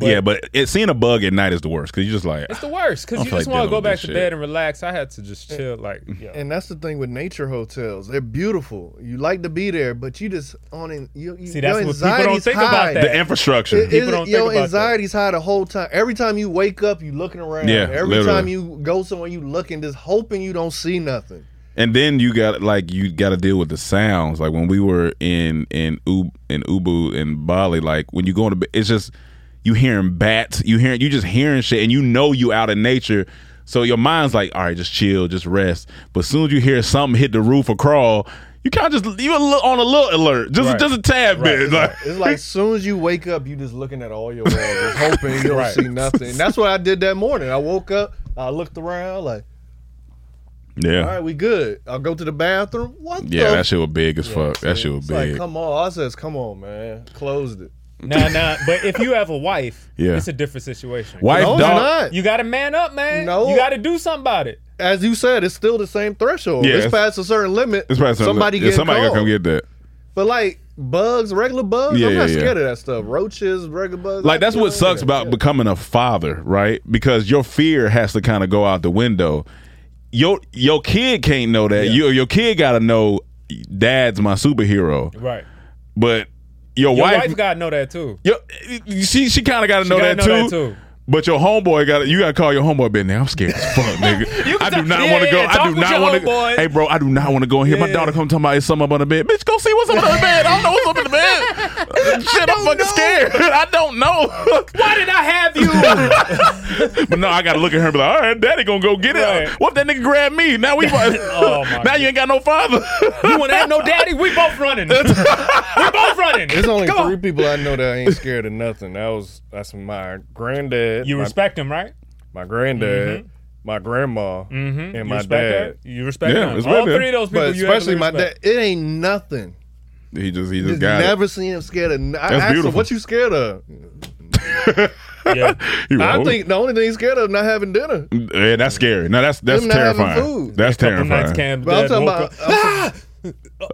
E: yeah, but it, seeing a bug at night is the worst because you're just like,
F: It's the worst
E: I
F: because you
E: feel
F: just
E: like
F: want to go
E: dealing with
F: back
E: this
F: to
E: shit.
F: bed and relax. I had to just chill, like yeah.
G: And that's the thing with nature hotels. They're beautiful. You like to be there, but you just on in you, you
F: See, that's
G: your
F: what people don't
G: anxiety's
F: think about
G: high.
F: that.
E: the infrastructure.
G: It-
F: People
G: it-
F: don't think
G: your
F: about that.
G: anxiety's high the whole time. Every time you wake up, you looking around.
E: Yeah,
G: Every
E: literally.
G: time you go somewhere, you looking, just hoping you don't see nothing.
E: and then you got like you got to deal with the sounds. Like when we were in in U in Ubu in Bali, like when you go into it's just you hearing bats, you hearing you just hearing shit, and you know you out in nature. So your mind's like, all right, just chill, just rest. But as soon as you hear something hit the roof or crawl, you kind of just you a little- on a little alert, just
F: Right.
E: just a tad bit. Like,
G: It's like as soon as you wake up, you just looking at all your walls, just hoping you don't see nothing. And that's what I did that morning. I woke up, I looked around, like, all
E: yeah,
G: right, we good. I'll go to the bathroom. What?
E: yeah,
G: the
E: that shit was big as fuck. That shit was
G: It's like,
E: big.
G: come on. I says, come on, man. Closed it.
F: Nah, nah. But if you have a wife,
E: Yeah.
F: it's a different situation.
E: Wife,
G: No, it's
E: dog.
G: not.
F: You got to man up, man.
G: No.
F: you got to do something about it.
G: As you said, it's still the same threshold.
E: Yeah,
G: it's
E: it's-
G: past a certain limit.
E: It's probably something-
G: somebody
E: yeah,
G: get
E: somebody
G: called.
E: gonna come get that.
G: But like bugs, regular bugs,
E: Yeah,
G: I'm not
E: yeah, yeah.
G: scared of that stuff. Roaches, regular bugs.
E: like
G: I
E: that's
G: feel
E: what sucks
G: that.
E: about becoming a father, right? Because your fear has to kind of go out the window. Your your kid can't know that. Your your kid got to know dad's my superhero.
F: Right.
E: But your,
F: Your
E: wife,
F: wife got to know that too.
E: your- she she kind of got to know,
F: gotta
E: that,
F: know that
E: too.
F: too.
E: But your homeboy got you got to call your homeboy. Been there. I'm scared as fuck, nigga. I do
F: talk-
E: not
F: yeah,
E: want to
F: yeah,
E: go.
F: yeah,
E: I
F: talk
E: do
F: with
E: not
F: your
E: want to.
F: homeboys.
E: Hey, bro, I do not want to go in here. My
F: Yeah.
E: daughter come talking about there's something up on the bed. Bitch, go see what's up on the bed. I don't know what's up in the bed. Shit, I'm fucking scared. I don't know.
F: Why did I have you?
E: But no, I gotta look at her and be like, all right, daddy gonna go get
F: Right.
E: it. What if that nigga grab me? Now we
F: Oh, my
E: now you ain't got no father.
F: you want to have no daddy? We both running. we both running.
G: There's only
F: Come on.
G: three people I know that ain't scared of nothing. That was that's my granddad.
F: You
G: my,
F: respect him, right?
G: my granddad, my grandma, and
F: Mm-hmm. You
G: my
F: respect
G: dad.
F: That? You respect
E: Yeah,
F: him.
E: it's
F: All
E: right there.
F: three of those people.
G: But
F: you have to
G: especially my dad.
F: respect.
G: It ain't nothing.
E: he just he
G: Just
E: just got
G: never seen him scared of. no- I
E: That's
G: asked
E: beautiful.
G: him, "What you scared of?"
F: Yeah.
E: it. He
G: I
E: rolled.
G: think the only thing he's scared of is not having dinner.
E: Yeah, that's scary. No, that's that's
G: Them not having
E: terrifying.
G: food.
E: That's
F: Couple nights
E: terrifying.
F: Cam
G: But I'm
F: dad
G: talking
F: woke
G: about.
F: up. Oh,
G: I'm,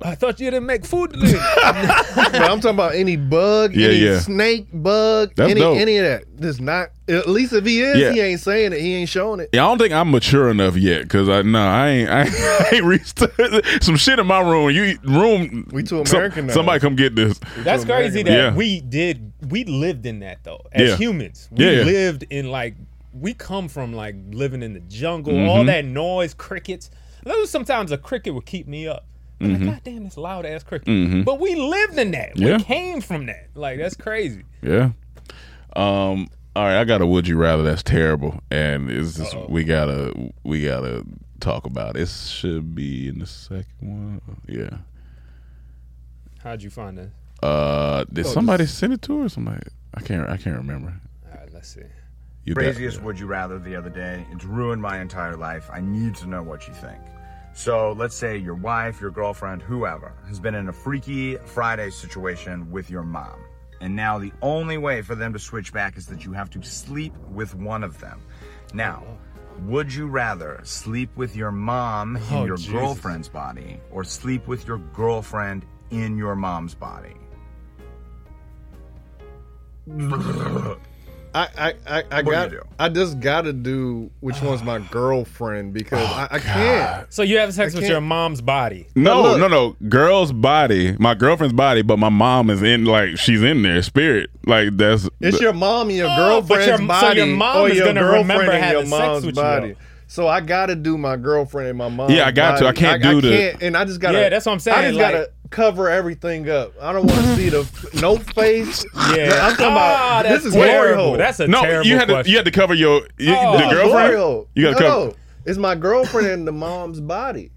F: I thought you didn't make food today.
G: but I'm talking about any bug,
E: Yeah,
G: any
E: yeah.
G: snake, bug,
E: That's
G: any
E: dope.
G: any of that. Just not. At least if he is,
E: Yeah.
G: he ain't saying it. He ain't showing it.
E: Yeah, I don't think I'm mature enough yet, cause I no, I ain't, I ain't, I ain't reached some shit in my room. You room,
G: We too
E: some-
G: American now.
E: somebody come get this.
F: That's
G: America.
F: crazy that
E: Yeah.
F: we did we lived in that though. As
E: Yeah.
F: humans. We
E: Yeah, yeah.
F: lived in like we come from like living in the jungle,
G: Mm-hmm.
F: all that noise, crickets. Those sometimes a cricket would keep me up. I'm
G: Mm-hmm.
F: like, God damn, this loud ass cricket. But we lived in that.
E: Yeah.
F: We came from that. Like that's crazy.
E: Yeah. Um. All right, I got a would you rather that's terrible, and it's just we gotta we gotta talk about it. It should be in the second one. Yeah.
F: How'd you find that?
E: Uh, did
G: Oh,
E: somebody send it to her? or Somebody, I can't I can't remember.
F: All right, let's see.
E: You that-
I: Craziest would you rather the other day. It's ruined my entire life. I need to know what you think. So let's say your wife, your girlfriend, whoever has been in a freaky Friday situation with your mom. And now the only way for them to switch back is that you have to sleep with one of them. Now, would you rather sleep with your mom in
F: Oh,
I: your
F: Jesus.
I: girlfriend's body or sleep with your girlfriend in your mom's body?
G: I I I, I
I: What do
G: got.
I: you do?
G: I just gotta do which one's my girlfriend because
E: Oh,
G: I, I can't.
F: So you have sex with
G: can't-
F: your mom's body.
E: No,
G: But
E: no,
G: look-
E: no. Girl's body, my girlfriend's body, but my mom is in like she's in there, spirit. Like that's
G: It's your mom and your
F: Oh, but your-
G: girlfriend's
F: so
G: body,
F: your mom
G: or
F: is
G: your
F: gonna
G: girlfriend
F: remember
G: and your
F: having sex
G: mom's
F: with you,
G: body.
F: though.
G: So I gotta do my girlfriend and my mom.
E: Yeah, I got to. I can't do the-
G: Can't, and I just gotta.
F: Yeah, that's what I'm saying,
G: I just
F: like-
G: gotta cover everything up. I don't want to see the no face.
F: Yeah.
G: I'm talking about
F: Ah,
G: this
F: that's
G: is glory
F: terrible.
G: hole.
F: That's a
E: no.
F: terrible
E: You had to
F: question.
E: you had to cover your you,
F: Oh.
E: the
F: No,
E: girlfriend.
G: Glory hole.
E: You got to
G: no,
E: cover.
G: It's my girlfriend and the mom's body.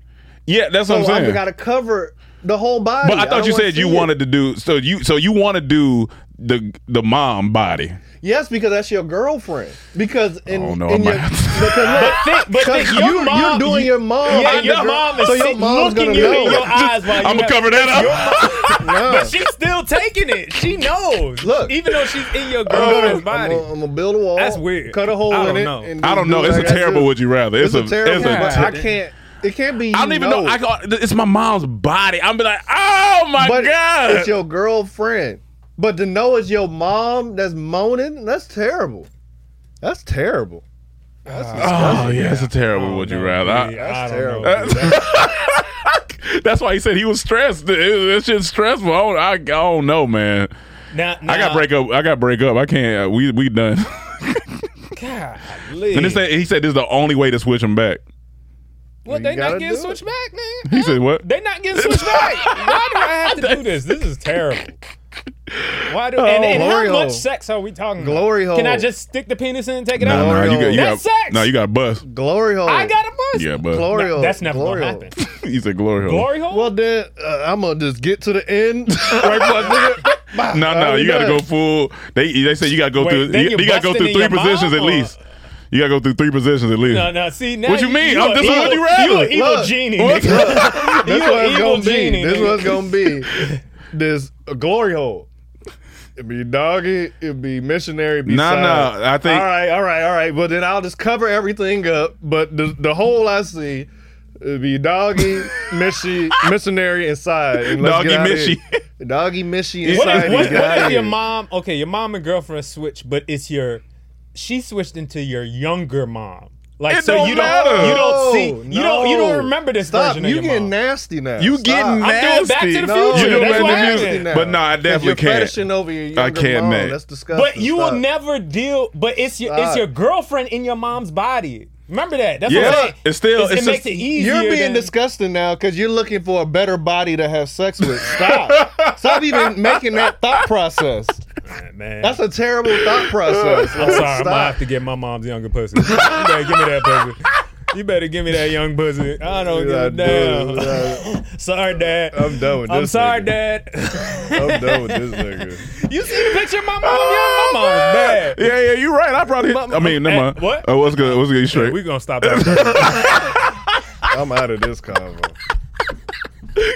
E: Yeah, that's
G: So
E: what I'm
G: Oh, I
E: saying.
G: gotta cover the whole body.
E: But I thought
G: don't
E: you
G: wanna
E: said you
G: see it.
E: wanted to do so you so you want to do the the mom body.
G: Yes, because that's your girlfriend. Because in,
E: Oh, no, I
G: in
E: might
G: your,
E: have
G: because
E: to-
G: look,
F: Think- but think
G: because
F: your
G: you,
F: mom-
G: you're doing your mom.
F: Yeah,
G: like
F: your
G: the girl-
F: mom is
G: so your
F: sitting-
G: mom's
F: looking
G: gonna
F: you in
G: know.
F: your eyes while you
E: I'm gonna
F: have-
E: cover that up.
G: No.
F: But she's still taking it. She knows.
G: Look. Oh,
F: even though she's in your
G: I'm gonna-
F: girlfriend's body.
G: I'm gonna, I'm gonna build a wall.
F: That's weird.
G: Cut a hole
F: I don't
G: in it.
F: know.
G: and
E: I
G: just
E: don't
G: do
E: know.
G: it
E: It's a
G: like I
E: terrible.
G: do.
E: Would you rather?
G: It's, a, terrible.
E: It's a
G: but I
E: ter-
G: can't. It can't be.
E: I don't
G: you
E: even know.
G: know.
E: I got, it's my mom's body. I'm be like, oh my
G: But
E: god.
G: It's your girlfriend. But to know it's your mom that's moaning, that's terrible. That's terrible.
E: Oh, yeah, that's a terrible would you rather. I-
F: That's
G: terrible.
E: that's why he said he was stressed. It- it- This shit's stressful. I don't, I, I don't know, man.
F: Now,
E: I got
F: now-
E: break up. I got break up. I can't. We we done.
F: Golly.
E: and this, ain't- he said this is the only way to switch him back.
F: What
G: You
F: they not
G: gotta
F: getting
G: do
F: switched back, man?
E: He said what?
F: They not getting switched back. Why do I have to do this? This is terrible. Why do and, and
G: Oh, glory
F: how much
G: hole.
F: sex are we talking?
G: Glory
F: about? Can I
G: hole.
F: just stick the penis in and take it
E: Nah,
F: out?
E: nah, you got you
F: That's
E: got
F: sex.
E: nah, you got bust.
G: Glory hole.
F: I got a bust.
E: Yeah, bust.
G: glory
F: Nah,
G: hole.
F: that's never
G: glory
F: gonna
G: hole.
F: happen.
E: he said glory hole.
F: Glory hole.
G: Well then, uh, I'm gonna just get to the end. right, my nigga.
E: No, no, you got to go full. They they say you got to go
F: Wait,
E: through.
F: then
E: You,
F: you're
E: got to
F: busting
E: go through
F: in
E: three
F: your mom,
E: positions at
F: or-
E: least. You got to go through three positions at least.
F: no, no. See now.
E: What you mean? I'm
F: a
E: just-
F: evil-
E: would you rather?
F: You an evil
G: Look.
F: genie.
E: What?
F: nigga.
G: This
F: You
G: what
F: an
G: it's
F: evil
G: gonna
F: genie.
G: be. This
F: nigga.
G: what's gonna be. This a glory hole. It'd be doggy. It'd be missionary. It'd be
E: Nah,
G: side.
E: nah, I think-
G: All right, all right, all right. But then I'll just cover everything up. But the the hole I see. It'd be doggy, mishy, missionary inside. And let's
E: Doggy
G: get outta here. Doggy mishy
F: What
G: inside.
F: if,
G: and
F: what,
G: get
F: what
G: outta
F: if your
G: here.
F: mom? Okay, your mom and girlfriend switch, but it's your. She switched into your younger mom. Like
E: It
F: so,
E: don't
F: you
E: matter.
F: don't you don't see
G: No,
F: you don't you
G: no.
F: don't remember this
G: Stop.
F: version of
G: You
F: your
G: getting
F: mom.
G: nasty now.
E: You
G: Stop.
E: getting
F: I'm
E: nasty?
F: doing Back to the
G: No,
F: Future.
E: You doing
F: That's
E: Back to
F: what
E: the
F: happened.
E: Future.
G: now.
E: But no, I
G: Because you're
E: definitely can't.
G: fetishing over your
E: I
G: younger
E: can't,
G: mom.
E: man.
G: That's disgusting.
F: But you will
G: Stop.
F: never deal. But it's your it's
G: Stop.
F: your girlfriend in your mom's body. Remember that. That's
E: Yeah,
F: what I'm saying.
E: it's still-
F: It's-
E: it's
F: it makes
E: just-
F: it easier.
G: You're being
F: than,
G: disgusting now because you're looking for a better body to have sex with. Stop. Stop even making that thought process.
F: man.
G: That's a terrible thought process.
F: I'm sorry. I'm
G: Stop.
F: gonna have to get my mom's younger pussy. You better give me that pussy. You better give me that young pussy. I don't give a damn. Sorry, Dad.
G: I'm done with
F: I'm
G: this
F: sorry,
G: nigga.
F: Dad.
G: I'm done with this nigga.
F: you see the picture of my mom? Yeah,
E: Oh,
F: my mom was bad.
E: Yeah, yeah, you're right. I probably. I mean, never
F: eh,
E: mind.
F: what?
E: Oh, what's good? What's good? You straight?
F: We're gonna stop that.
G: I'm out of this convo.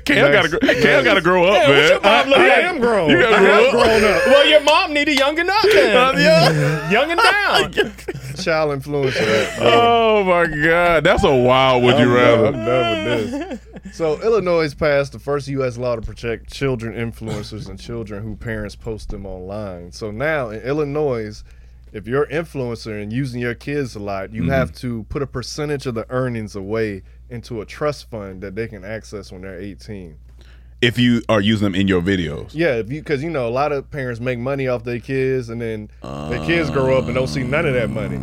E: Cam got to. Cam got to grow up,
F: Yeah, what's your
E: man.
F: mom look
E: I-
F: like?
E: I am grown. You got to grow up.
F: well, your mom needed younging up then.
E: Yeah.
F: Younging down.
G: Child influencer.
E: Oh my God, that's a wild. Would
G: I'm
E: you
G: done-
E: rather?
G: I'm done with this. So Illinois passed the first U.S. law to protect children influencers and children who parents post them online. So now in Illinois, if you're an influencer and using your kids a lot, you have to put a percentage of the earnings away into a trust fund that they can access when they're 18.
E: If you are using them in your videos,
G: Yeah, if you because you know a lot of parents make money off their kids, and then their kids grow up and don't see none of that money.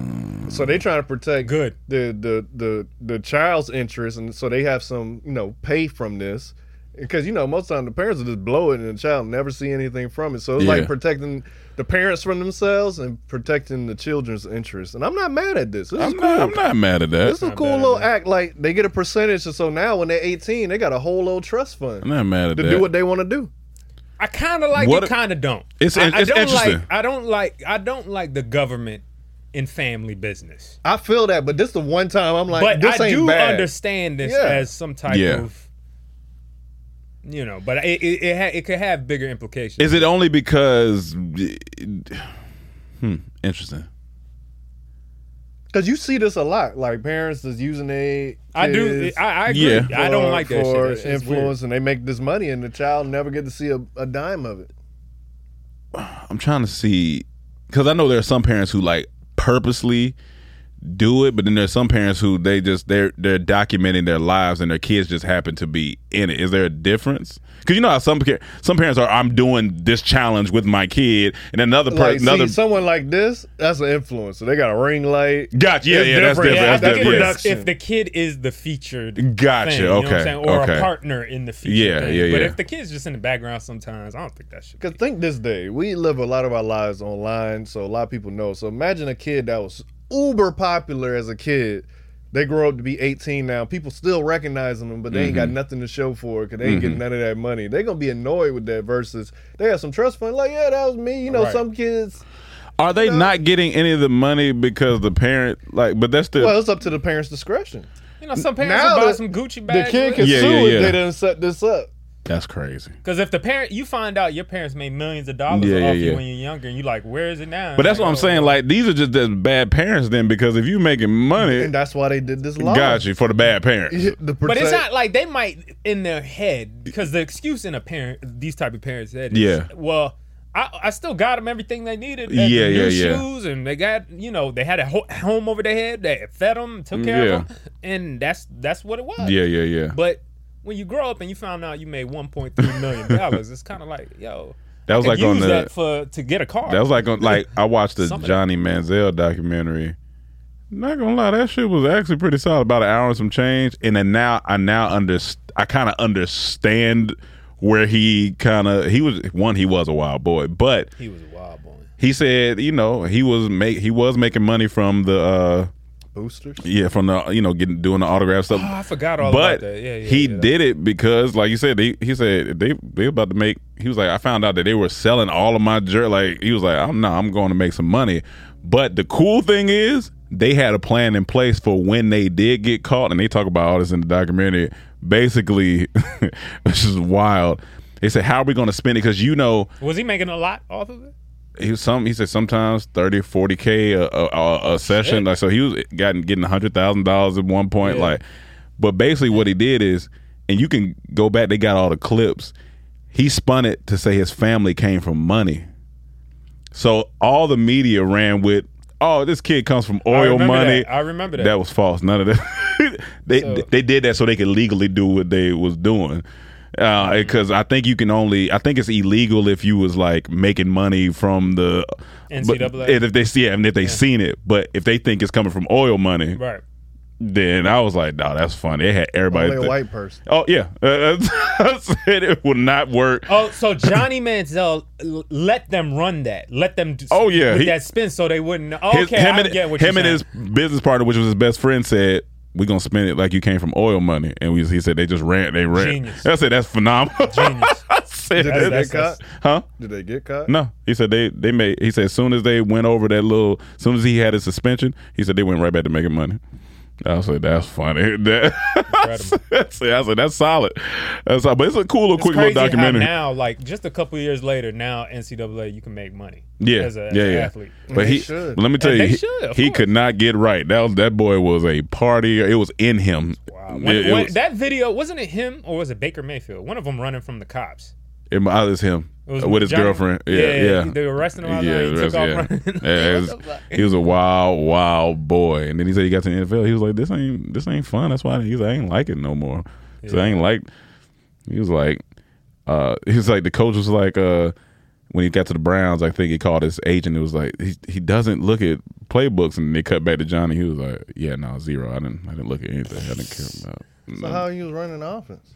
G: So they trying to protect
F: Good.
G: the the the the child's interest, and so they have some you know pay from this because you know most of the time the parents will just blow it, and the child never see anything from it. So it's
E: Yeah.
G: like protecting the parents from themselves and protecting the children's interest. And I'm not mad at this. This is
E: I'm
G: cool.
E: not. I'm not mad at
G: this is
E: that.
G: a cool little act. Like they get a percentage, and so now when they're 18, they got a whole little trust fund
E: I'm not mad at
G: to do what
E: that.
G: they want to do.
F: I kind of like
E: What
F: it,
E: a-
F: kind of don't.
E: It's-
F: I, I
E: it's
F: don't
E: interesting.
F: Like, I don't like. I don't like the government in family business.
G: I feel that, but this the one time I'm like,
F: But
G: this
F: I
G: ain't
F: do
G: bad.
F: understand this
G: Yeah.
F: as some type
E: Yeah.
F: of, you know. But it it it, ha- it could have bigger implications.
E: Is it only because? Hmm. Interesting.
G: Cause you see this a lot, like parents is using a
F: I do. I, I agree.
E: Yeah.
F: I don't like that shit.
G: for
F: That shit's
G: influence, and they make this money, and the child never get to see a, a dime of it.
E: I'm trying to see because I know there are some parents who like purposely do it, but then there's some parents who they just they're they're documenting their lives and their kids just happen to be in it. Is there a difference? Because you know how some par- some parents are. I'm doing this challenge with my kid, and another person,
G: Like,
E: another
G: see, someone like this, that's an influencer. They got a ring light.
E: gotcha. Yeah,
G: It's
E: yeah, that's different.
G: different.
F: Yeah, I
E: That's
F: think
E: different.
F: it
E: yeah.
F: is if the kid is the featured
E: Gotcha,
F: thing, you know what
E: okay,
F: I'm saying? or
E: okay.
F: a partner in the feature
E: Yeah,
F: thing.
E: yeah,
F: but
E: yeah.
F: if the kid's just in the background sometimes I don't think that should be.
G: Cause think this day, we live a lot of our lives online, so a lot of people know. So imagine a kid that was uber popular as a kid. They grow up to be 18 now. People still recognizing them, but they ain't got
E: Mm-hmm.
G: nothing to show for it because they ain't getting none of that money. They gonna be annoyed with that. Versus they have some trust fund, like yeah, that was me. You know,
F: Right.
G: some kids.
E: Are they not getting any of the money because the parent like? But that's still
G: Well, it's up to the parents' discretion.
F: You know, some parents
G: Now
F: will buy
G: the-
F: some Gucci
G: The
F: bags.
G: kid can
E: Yeah,
G: sue
E: yeah, yeah.
G: if they didn't set this up.
E: that's crazy.
F: because if the parent you find out your parents made millions of dollars
E: Yeah, yeah,
F: off
E: yeah.
F: you when you're younger and you like, where is it now?
E: But that's
F: Like,
E: what I'm
F: oh,
E: saying. Like these are just the bad parents then, because if you making money,
G: And that's why they did this law.
E: got you for the bad parents.
G: The
F: But it's
G: protect-
F: not like they might in their head because the excuse in a parent, these type of parents' head, is,
E: Yeah.
F: Well, I, I still got them everything they needed.
E: Yeah,
F: and new
E: yeah, yeah.
F: Shoes and they got you know they had a ho- home over their head. They fed them, took care
E: Yeah.
F: of them, and that's that's what it was.
E: Yeah, yeah, yeah.
F: But when you grow up and you found out you made one point three million dollars, it's kind of like yo.
E: That was
F: I
E: like
F: could
E: on
F: use
E: the
F: that for to get a car.
E: That was like on like I watched the
F: Some of that.
E: Johnny Manziel documentary. Not gonna lie, that shit was actually pretty solid. About an hour and some change, and then now I now under I kind of understand where he kind of he was one he was a wild boy, but
F: he was a wild boy.
E: he said you know he was make he was making money from the uh
G: Boosters.
E: yeah from the you know getting doing the autograph stuff.
F: Oh, I forgot all
E: but
F: about that. Yeah, yeah,
E: he
F: yeah.
E: did it because, like you said, they, he said they they about to make. He was like, I found out that they were selling all of my jerk. Like he was like, I'm not. I'm going to make some money. But the cool thing is, they had a plan in place for when they did get caught, and they talk about all this in the documentary. Basically, which is wild. They said, how are we going to spend it? Because you know,
F: Was he making a lot off of it?
E: he was some he said sometimes 30 40k a, a- a, a session like so he was gotten getting $100000 at one point like but basically what he did is and you can go back they got all the clips he spun it to say his family came from money so all the media ran with oh this kid comes from
F: I
E: oil
F: remember
E: money
F: that. I remember that.
E: that was false none of that they
F: So-
E: they did that so they could legally do what they was doing
F: Mm.
E: because I think you can only I think it's illegal if you was like making money from the
F: NCAA.
E: but- and if they see yeah, and if they seen it, but if they think it's coming from oil money,
F: right.
E: then I was like, nah, that's funny. They had everybody.
G: Only a
E: thi-
G: white person.
E: Oh yeah, uh, I said it would not work.
F: Oh, so Johnny Manziel l- let them run that. Let them. Do,
E: Oh, yeah,
F: with
E: he-
F: that spin, so they wouldn't. know. Okay,
E: His- him
F: I
E: and,
F: get what
E: him
F: you're
E: and his
F: saying.
E: business partner, which was his best friend, said. We gonna spend it like you came from oil money, and we, he said they just ran. They ran.
F: Genius.
E: I said that's phenomenal.
F: Genius.
E: I said,
G: Did
F: That's-
G: they
F: that's-
G: get caught?
E: huh?
G: Did they get caught?
E: No, he said they they made. He said as soon as they went over that little, as soon as he had his suspension, he said they went right back to making money. I said that's funny. That- I said I said, that's solid. That's solid. but it's a cool little quick
F: crazy
E: little documentary.
F: How now, like just a couple years later, now NCAA you can make money.
E: yeah,
F: as a, as
E: yeah,
F: an
E: yeah.
F: athlete.
E: But
G: They
E: he,
G: should.
E: let me tell
F: And
E: you,
F: they
E: he,
F: should, of
E: he
F: course.
E: could not get right. That was, that boy was a party. It was in him.
F: Wow.
E: It-
F: When,
E: it,
F: when-
E: was,
F: that video wasn't it him or was it Baker Mayfield? One of them running from the cops.
E: it, it was him
F: It was
E: with his
F: Johnny-
E: girlfriend. Yeah, yeah.
F: They were arresting him. out there,
E: Yeah,
F: he
E: the
F: took
E: rest-
F: off
E: yeah.
F: running.
E: Yeah, it
F: What
E: was-
F: the fuck?
E: he was a wild, wild boy. And then he said he got to the NFL. He was like, "This ain't, this ain't fun." That's why he's, I ain't like it no more. So I ain't like. He was like, uh, he was like the coach was like, uh, when he got to the Browns, I think he called his agent. It was like he he doesn't look at playbooks, and they cut back to Johnny. He was like, "Yeah, no, zero. I didn't, I didn't look at anything. I didn't care about."
G: So how you was running the offense?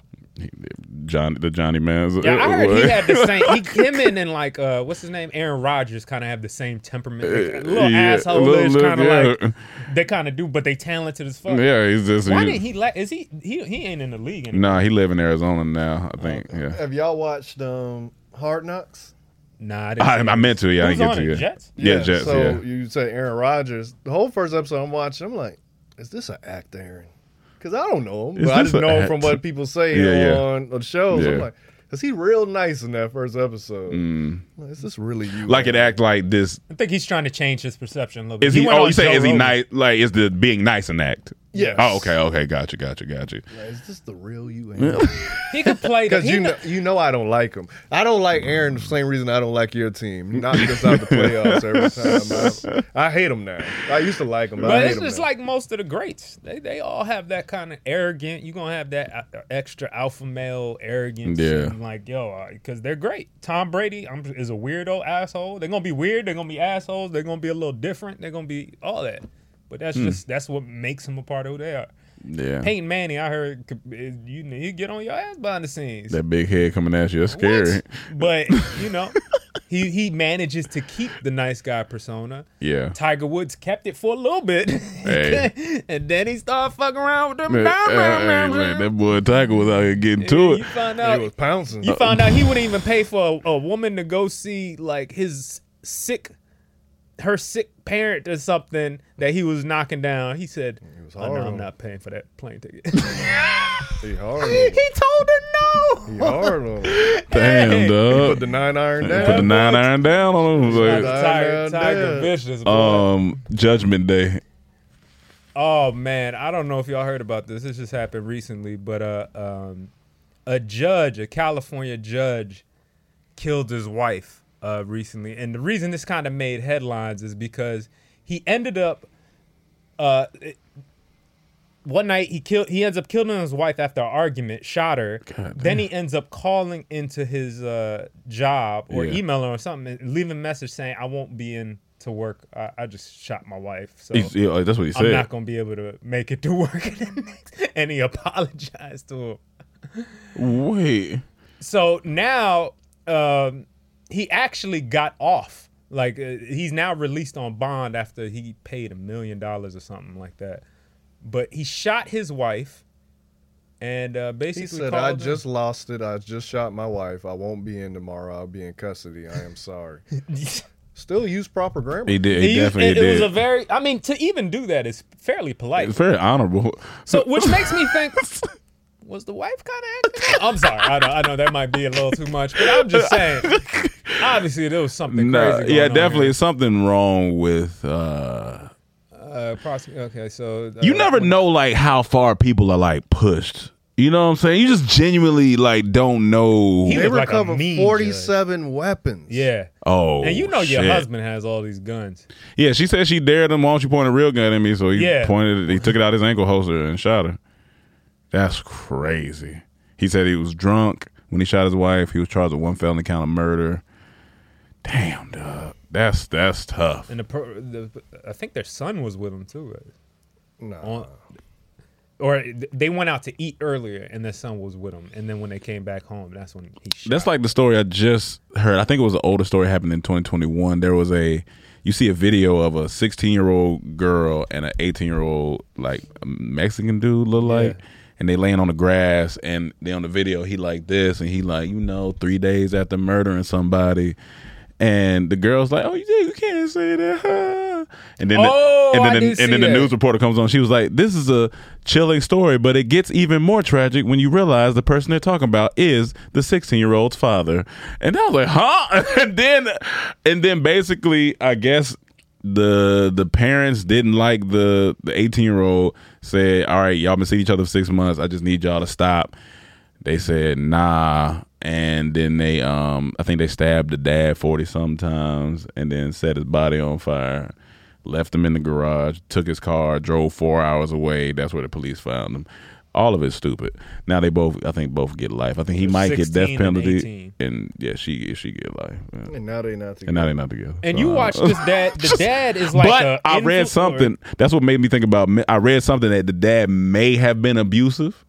E: Johnny, the Johnny man's.
F: Yeah, I heard he had the same. He, him and, and like uh, what's his name, Aaron Rodgers, kind of have the same temperament. Like, a little
E: Uh, yeah,
F: asshole,
E: little- little-
F: kind of
E: yeah.
F: like they kind of do, but they talented as fuck.
E: Yeah, he's just.
F: Why
E: he-
F: didn't he? La- is he? He he ain't in the league anymore.
E: Nah, he live in Arizona now. I
F: Oh,
E: think. Yeah.
G: Have y'all watched um, Hard Knocks?
F: Nah,
E: I, I meant to. Yeah, I
F: Who's
E: didn't
F: on
E: get to.
F: it,
E: Yeah.
F: Jets?
E: Yeah, Jets.
G: So
E: yeah.
G: you say Aaron Rodgers. The whole first episode I'm watching, I'm like, is this an act, Aaron? Because I don't know him,
E: Is
G: but I
E: this
G: just
E: a
G: know him
E: act?
G: from what people say
E: Yeah, yeah.
G: on on shows.
E: Yeah.
G: I'm like, is he real nice in that first episode? I'm like, is this really you?
E: Mm. Like it
G: Aaron?
E: act like this.
F: I think he's trying to change his perception a little bit.
E: Is he?
F: went
E: oh,
F: on
E: you say
F: Joe
E: is he
F: Rogan.
E: nice? Like is the being nice an act?
G: Yes.
E: Oh, okay, okay, gotcha, gotcha, gotcha.
G: Like, is this the real you? Aaron?
F: He could play. the-
G: Because
F: he kn-
G: you know, you know I don't like him. I don't like Aaron the same reason I don't like your team. Not just out the playoffs every time. I, I hate him now. I used to like him, but, I
F: But
G: hate
F: it's
G: him
F: just
G: now.
F: like most of the greats. They they all have that kind of arrogant. You're gonna have that uh, extra alpha male arrogance.
E: Yeah.
F: and like yo, because they're great. Tom Brady um, is a weirdo asshole. They're gonna be weird. They're gonna be assholes. They're gonna be a little different. They're gonna be all that. But
G: Hmm.
F: that's just that's what makes them a part of who they are.
E: Yeah.
F: Peyton Manning, I heard could- is- you you get on your ass behind the scenes.
E: That big head coming at you, that's scary.
F: What? But you know, he he manages to keep the nice guy persona.
E: Yeah.
F: Tiger Woods kept it for a little bit,
E: Hey.
F: and then he started fucking around with them.
E: Man, hey, man, that boy Tiger was out here getting to
F: you
E: it.
F: found
G: he was
F: out.
G: pouncing.
F: uh,
E: uh,
F: You found out he wouldn't even pay for a, a woman to go see like his sick, her sick parent or something that he was knocking down. He said,
G: was
F: "Oh, no,
G: horrible.
F: I'm not paying for that plane ticket."
G: He hard on
F: he
G: him.
F: told her no.
G: He hard on him.
E: Damn, dog.
G: Put the nine iron down.
E: Put the nine iron down on him. Like,
G: Nah,
F: Tiger,
G: nah,
F: Tiger
G: nah.
F: vicious. boy.
E: um, Judgment Day.
F: Oh man, I don't know if y'all heard about this. This just happened recently, but uh, um, a judge, a California judge, killed his wife uh, recently, and the reason this kind of made headlines is because he ended up uh, it- one night he killed. He ends up killing his wife after an argument, shot her. then he ends up calling into his uh, job or
E: Yeah.
F: emailing or something, and leaving a message saying, "I won't be in to work. I, I just shot my wife." So
E: He's- yeah, like, that's what he
F: Oh. I'm
E: said.
F: not gonna be able to make it to work. the next- and he apologized to him.
E: Wait.
F: So now um, he actually got off. Like uh, he's now released on bond after he paid a million dollars or something like that. But he shot his wife, and uh, basically
G: He said,
F: called
G: "I
F: him-
G: just lost it. I just shot my wife. I won't be in tomorrow. I'll be in custody. I am sorry." Still use proper grammar.
E: He did. He,
F: He used-
E: definitely
F: it,
E: did.
F: it was a very. I mean, to even do that is fairly polite.
E: it's very honorable.
F: So, which makes me think, was the wife kind of acting? I'm sorry. I know, I know that might be a little too much, but I'm just saying. Obviously, there was something
E: Nah,
F: crazy.
E: yeah,
F: going on
E: definitely
F: here.
E: something wrong with. uh
F: Uh, prosec- okay, so uh,
E: You never know, like how far people are like pushed. You know what I'm saying? You just genuinely like don't know.
F: He
G: They
F: looked like a
G: recovered
F: mean judge.
G: 47 weapons.
F: Yeah.
E: oh,
F: And you know your
E: shit.
F: husband has all these guns.
E: Yeah, she said she dared him. Why don't you point a real gun at me? So he
F: Yeah.
E: pointed. He took it out his ankle holster and shot her. That's crazy. He said he was drunk when he shot his wife. He was charged with one felony count of murder. Damn, dog. That's that's tough.
F: And the, pro- the I think their son was with them too. right?
G: Nah.
F: On, or th- they went out to eat earlier, and their son was with them. And then when they came back home, that's when he shot.
E: That's like the story I just heard. I think it was an older story happened in 2021. There was a you see a video of a 16 year old girl and an 18 year old like Mexican dude look like, and they laying on the grass. And they on the video he like this and he like you know three days after murdering somebody. And the girl's like, "Oh, you, you can't say that." huh?" And then,
F: Oh,
E: the, and
F: I
E: then,
F: did
E: the,
F: see
E: and then the
F: that.
E: news reporter comes on. She was like, "This is a chilling story, but it gets even more tragic when you realize the person they're talking about is the 16 year old's father." And I was like, "Huh?" And then, and then basically, I guess the the parents didn't like the the 18 year old. Said, "All right, y'all been seeing each other for six months. I just need y'all to stop." They said, "Nah." And then they, um, I think they stabbed the dad forty sometimes, and then set his body on fire left him in the garage, took his car, drove four hours away. That's where the police found him. All of it's stupid. Now they both, I think, both get life. I think he
F: They're
E: might get
F: 16
E: death
F: and
E: penalty,
F: 18.
E: and, yeah, she she get life. yeah.
G: And now they not
E: And now
G: together.
E: they're not together.
F: and
E: So
F: you
E: I
F: watch
E: don't know.
F: this dad. The dad is like.
E: but
F: a
E: I read
F: influ-
E: something. That's what made me think about. I read something that the dad may have been abusive.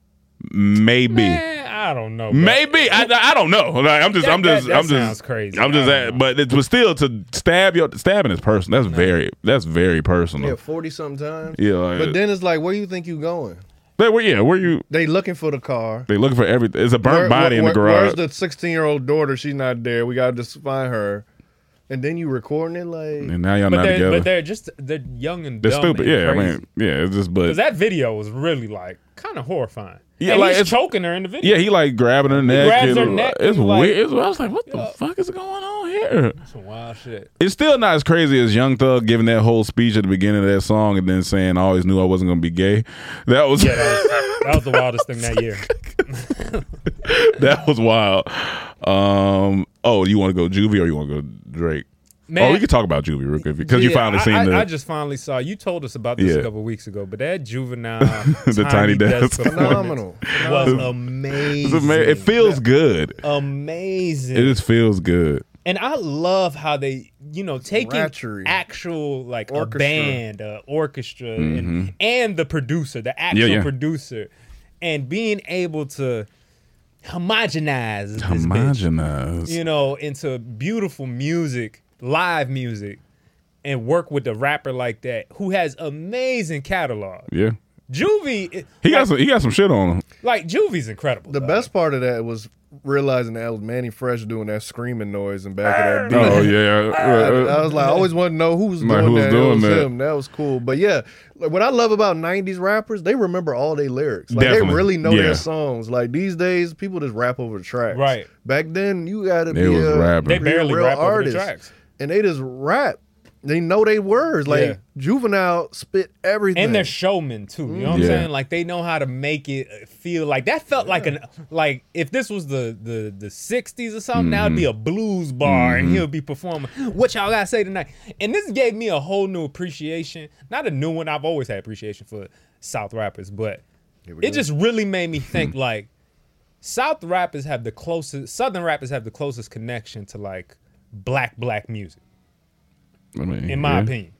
E: Maybe.
F: Eh, I don't know. bro.
E: Maybe I, I don't know. Like, I'm just
F: That-
E: I'm just
F: that- that
E: I'm just
F: sounds crazy.
E: I'm just
F: I don't
E: at, but it was still to stab your stabbing this person. That's very that's very personal.
G: Yeah, 40 something times.
E: Yeah, like-
G: but then it's like, where you think you going?
E: They were yeah. Where you?
G: They looking for the car.
E: They looking for everything. It's a burnt
G: Where-
E: body in the
G: where-
E: garage.
G: Where's the 16 year old daughter? She's not there. We got to just find her. And then you recording it like.
E: and now y'all
F: But
E: not
F: they're,
E: together.
F: but
E: They're,
F: they're just they're young and dumb
E: stupid.
F: and
E: Yeah,
F: crazy.
E: I mean, yeah. It's just but
F: Because that video was really like kind of horrifying.
E: Yeah,
F: Yeah, and
E: like,
F: he's
E: it's-
F: choking her in the video.
E: yeah, he like grabbing her neck.
F: grabs
E: and,
F: her neck
E: It's
F: and, like-
E: weird. It's- I was like, what the fuck is going on here?
F: Some wild shit.
E: It's still not as crazy as Young Thug giving that whole speech at the beginning of that song and then saying, "I always knew I wasn't gonna be gay." That was
F: Yeah, that was, that was the wildest thing that year.
E: that was wild. Um. Oh, you want to go Juvie or you want to go Drake?
F: Man.
E: oh, we can talk about Juvie real quick because you
F: Yeah,
E: finally
F: I,
E: seen
F: I,
E: the.
F: I just finally saw. You told us about this
E: Yeah.
F: a couple weeks ago, but that juvenile,
E: The
F: the
E: Tiny
F: tiny,
E: Desk.
F: desk, performance
G: Phenomenal.
F: was
E: it's
F: amazing.
E: ama- it feels good.
F: amazing.
E: It just feels good.
F: And I love how they, you know, taking
G: Ratchery.
F: actual like
G: Orchestra.
F: a band, a orchestra, and, and the producer, the actual
E: Mm-hmm. Yeah, yeah.
F: producer, and being able to homogenize this bitch,
E: Homogenized.
F: you know, into beautiful music, live music, and work with a rapper like that who has amazing catalog.
E: Yeah.
F: Juvie,
E: He got
F: like,
E: some he got some shit on him.
F: like Juvie's incredible.
G: The
F: dog.
G: best part of that was realizing that was Manny Fresh doing that screaming noise in back of that beat.
E: Oh yeah.
G: I, I was like, I always want to know who was
E: Like,
G: doing
E: who was
G: that.
E: doing
G: it was
E: that?
G: him. That was cool. But yeah, like, what I love about '90s rappers, they remember all their lyrics. Like
E: Definitely.
G: they really know
E: Yeah.
G: their songs. Like these days, people just rap over the tracks.
F: Right.
G: Back then, you gotta
E: They
G: be
E: was
G: a,
E: rapping. They
G: be a
F: barely
G: real
F: rap over the
G: artist,
F: tracks.
G: and they just rap. They know they words. Like
F: Yeah.
G: juvenile spit everything.
F: and they're showmen too. You know what
E: Yeah.
F: I'm saying? Like they know how to make it feel like that felt like an like if this was the the the '60s or something, that would be a blues bar, and he'll be performing. What y'all gotta say tonight? And this gave me a whole new appreciation. Not a new one. I've always had appreciation for South rappers, but it just really made me think like South rappers have the closest Southern rappers have the closest connection to like black black music
E: I mean,
F: in my
E: yeah.
F: opinion.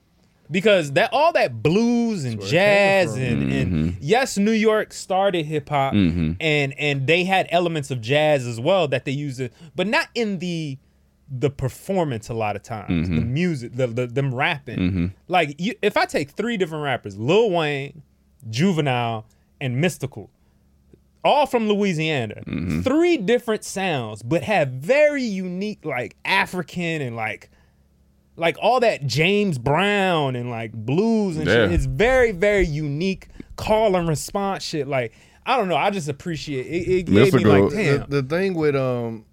F: Because that all that blues and jazz and, and yes, New York started hip hop and and they had elements of jazz as well that they used it, but not in the the performance a lot of times. The music, the, the them rapping. Like you, if I take three different rappers, Lil Wayne, Juvenile, and Mystical, all from Louisiana,
E: Mm-hmm.
F: three different sounds, but have very unique like African and like like all that James Brown and like blues and shit.
E: Yeah.
F: It's very, very unique call and response shit. Like, I don't know. I just appreciate it. It, it gave me
E: Mystical-
F: like, damn.
G: the, the thing with um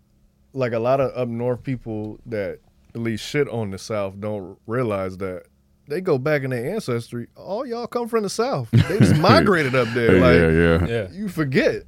G: like a lot of up north people that at least shit on the south don't realize that they go back in their ancestry all y'all come from the south they just migrated up there
E: yeah,
G: like
E: yeah, yeah.
F: yeah,
G: you forget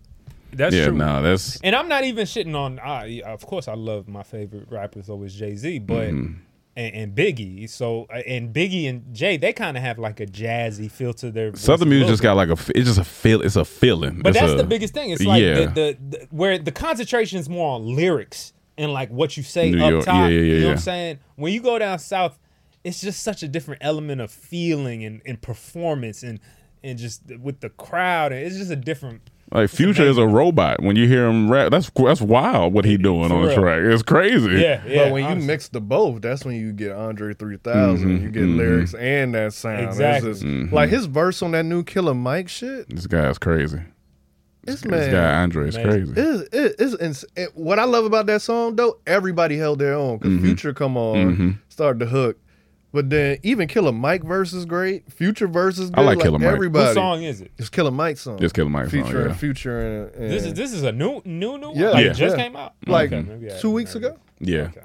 F: that's
E: Yeah,
F: true.
E: nah, that's
F: And I'm not even shitting on. I of course I love my favorite rappers always Jay Z, but
E: Mm-hmm.
F: and, and Biggie. So uh, and Biggie and Jay, they kind of have like a jazzy feel to their voice
E: Southern
F: a
E: music
F: little
E: just got like a. f- It's just a feel. It's a feeling.
F: But
E: It's
F: that's
E: a-
F: the biggest thing. It's like
E: yeah.
F: the, the, the where the concentration is more on lyrics and like what you say
E: New
F: up
E: York.
F: top.
E: Yeah, yeah, yeah,
F: you know what
E: yeah.
F: I'm saying? When you go down south, it's just such a different element of feeling and, and performance and and just with the crowd. And it's just a different.
E: Like Future is a robot. When you hear him rap, that's that's wild. What he doing on the
F: real.
E: track? It's crazy.
F: Yeah, yeah.
G: but when
F: honestly.
G: you mix the both that's when you get andre 3000
E: Mm-hmm,
G: you get lyrics and that sound It's
F: Exactly.
G: just- like his verse on that new killer mike shit
E: this guy is crazy.
G: this
E: This guy
G: man
E: Andre is
F: Amazing.
E: crazy.
G: It's, it- it's, ins- it- what I love about that song though, everybody held their own. because
E: Mm-hmm.
G: Future come on, start the hook, but then even Killer Mike verse is great. Future verse is good.
E: like Killer Mike.
G: Everybody.
F: Whose song is it?
G: It's Killer Mike's song.
E: It's Killer Mike's song,
G: Featuring
E: yeah.
G: Future and, and
F: This is this is a new new new one.
G: Yeah,
F: like,
E: yeah.
F: it just
G: yeah.
F: came out
G: like
F: Okay, maybe I
G: two
F: haven't
G: weeks
F: heard
G: ago.
F: it.
E: Yeah.
F: Okay.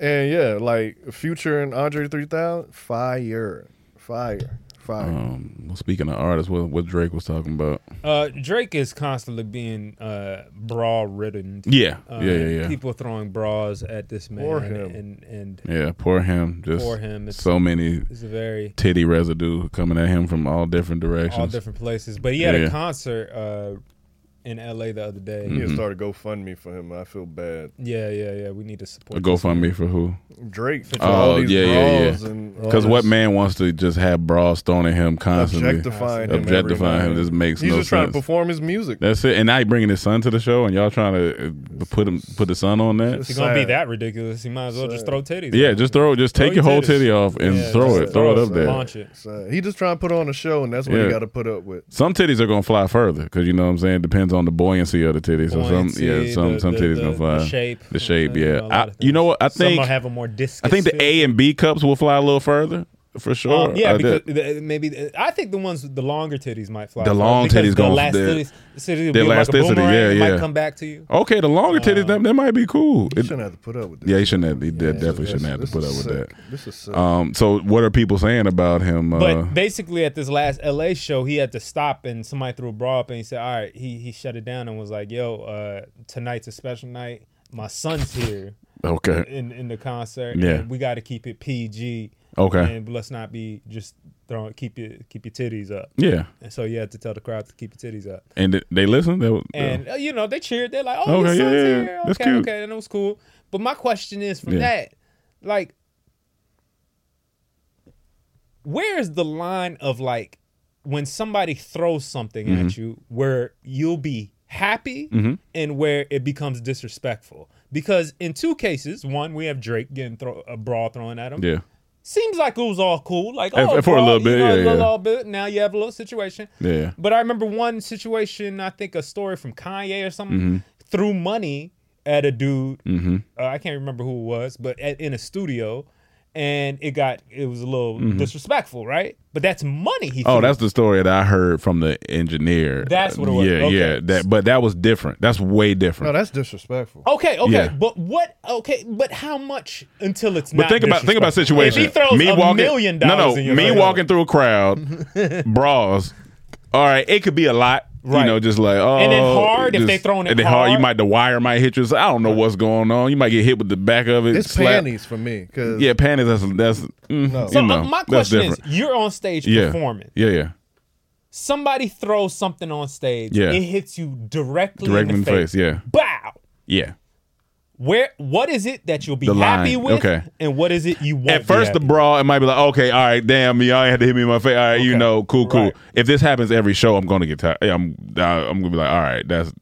G: And yeah, like Future and Andre 3000, fire, fire, fire.
E: Um, well, speaking of artists, what, what Drake was talking about?
F: Uh, Drake is constantly being uh, bra ridden.
E: Yeah,
F: Uh,
E: yeah, yeah, yeah.
F: People throwing bras at this man.
G: Or him.
F: And, and
E: yeah, poor him. Just
F: Poor him. It's-
E: so many
F: it's a very
E: titty residue coming at him from all different directions.
F: all different places. But he had
E: Yeah.
F: a concert uh, in L.A. the other day.
E: mm-hmm.
G: He started GoFundMe for him. I feel bad.
F: Yeah, yeah, yeah. We need to support.
E: A GoFundMe for who?
G: Drake for
F: Oh,
G: all these
E: yeah, yeah, yeah.
G: bras and all
E: Because what
G: this
E: man wants to just have bras thrown at him constantly?
G: objectifying him, every
E: Objectifying him
G: night.
E: just makes
G: He's
E: no
G: just trying to
E: sense.
G: perform his music.
E: That's it. And now he bringing his son to the show, and y'all trying to uh, put him put the son on that.
F: He's gonna be
G: Sad.
F: that ridiculous. He might as well just throw titties.
E: Yeah,
F: out.
E: just throw, just take your
F: your
E: whole
F: titties.
E: titty off and
F: Yeah,
E: throw
F: just
E: it, throw it
F: throw
E: up
F: it,
E: there.
F: launch it.
G: So he just trying to put on a show, and that's what
E: Yeah.
G: he got to put up with.
E: Some titties are gonna fly further because you know what I'm saying. Depends on the buoyancy of the titties. so some,
F: Buoyancy,
E: yeah, some
F: the-
E: some
F: the-
E: titties
F: the-
E: gonna fly.
F: the shape.
E: the shape.
F: You know,
E: Yeah,
F: a lot
E: I,
F: of
E: you know what? I
F: Some
E: think
F: will have a more discus.
E: I think the
F: feel.
E: A and B cups will fly a little further for sure.
F: Um, yeah,
E: I
F: because
E: did-
F: the, maybe the- I think the ones with the longer titties might fly.
E: The
F: first
E: long
F: because
E: titties
F: the
E: gonna-
F: elasticity,
E: the
F: elasticity will be
E: elasticity,
F: like a boomerang.
E: yeah,
F: It
E: yeah.
F: might come back to you.
E: okay, the longer titties that, that might be cool.
G: He
E: It-
G: shouldn't have to put up with this.
E: yeah, he shouldn't have. He de- definitely
G: This-
E: shouldn't have to
G: this
E: put up
G: is
E: with
G: sick.
E: that.
G: This is sick.
E: Um, so what are people saying about him? Uh,
F: But basically, at this last LA show, he had to stop and somebody threw a bra up and he said, "All right," he he shut it down and was like, "Yo, uh, tonight's a special night. My son's here
E: okay,
F: in in the concert.
E: Yeah.
F: and we got to keep it PG.
E: Okay.
F: and let's not be just throwing keep your keep your titties up.
E: yeah,
F: And so you had to tell the crowd to keep your titties up.
E: and th- they listen. They,
F: And uh, you know, they cheered. They're like, "Oh,
E: Okay,
F: your son's
E: yeah, yeah,
F: here.
E: yeah. That's
F: Okay,
E: cute.
F: okay, and it was cool." But my question is, from
E: Yeah.
F: that, like, where is the line of like when somebody throws something at
E: Mm-hmm.
F: you, where you'll be happy and where it becomes disrespectful? Because in two cases, one we have Drake getting throw, a bra thrown at him.
E: yeah,
F: Seems like it was all cool, like
E: At-
F: oh,
E: for a
F: bra,
E: little
F: you know,
E: bit, yeah,
F: a little,
E: yeah.
F: little bit. Now you have a little situation.
E: yeah.
F: But I remember one situation, I think a story from Kanye or something,
E: Mm-hmm.
F: threw money at a dude. Uh, I can't remember who it was, but at, in a studio. and it got it was a little disrespectful, right? But that's money. He
E: Mm-hmm. Oh,
F: threw.
E: that's the story that I heard from the engineer.
F: That's what it was.
E: Yeah,
F: Okay.
E: yeah. That, but that was different. That's way different.
G: No, that's disrespectful.
E: Oh,
F: okay, okay.
E: Yeah.
F: But what? Okay, but how much until it's
E: But
F: not?
E: think about think about
F: disrespectful?
E: situation.
F: If he throws a million dollars,
E: No, no.
F: in your
E: me
F: face-
E: walking through a crowd, bras. All right, it could be a lot.
F: Right.
E: You know, just like oh,
F: then hard, if
E: just-
F: they throwing it
E: and then hard, you
F: hard.
E: might the wire might hit you. So I don't know what's going on. You might get hit with the back of it.
G: It's
E: slap.
G: panties for me. Cause
E: Yeah, panties. That's that's. mm,
G: No.
E: you
F: So uh,
E: know,
F: my
E: that's
F: question is:
E: different.
F: You're on stage
E: yeah.
F: performing.
E: Yeah, yeah.
F: Somebody throws something on stage.
E: Yeah.
F: It hits you directly,
E: Directly
F: in the face.
E: Yeah,
F: Bow.
E: yeah.
F: Where? What is it that you'll be
E: The
F: happy
E: line,
F: with?
E: okay.
F: And what is it you want?
E: At first, the brawl, it might be like, okay, all right, damn, y'all ain't had to hit me in my face. All right, you
F: Okay.
E: know, cool, cool.
F: Right.
E: If this happens every show, I'm gonna get tired. I'm, I'm gonna be like, all right, that's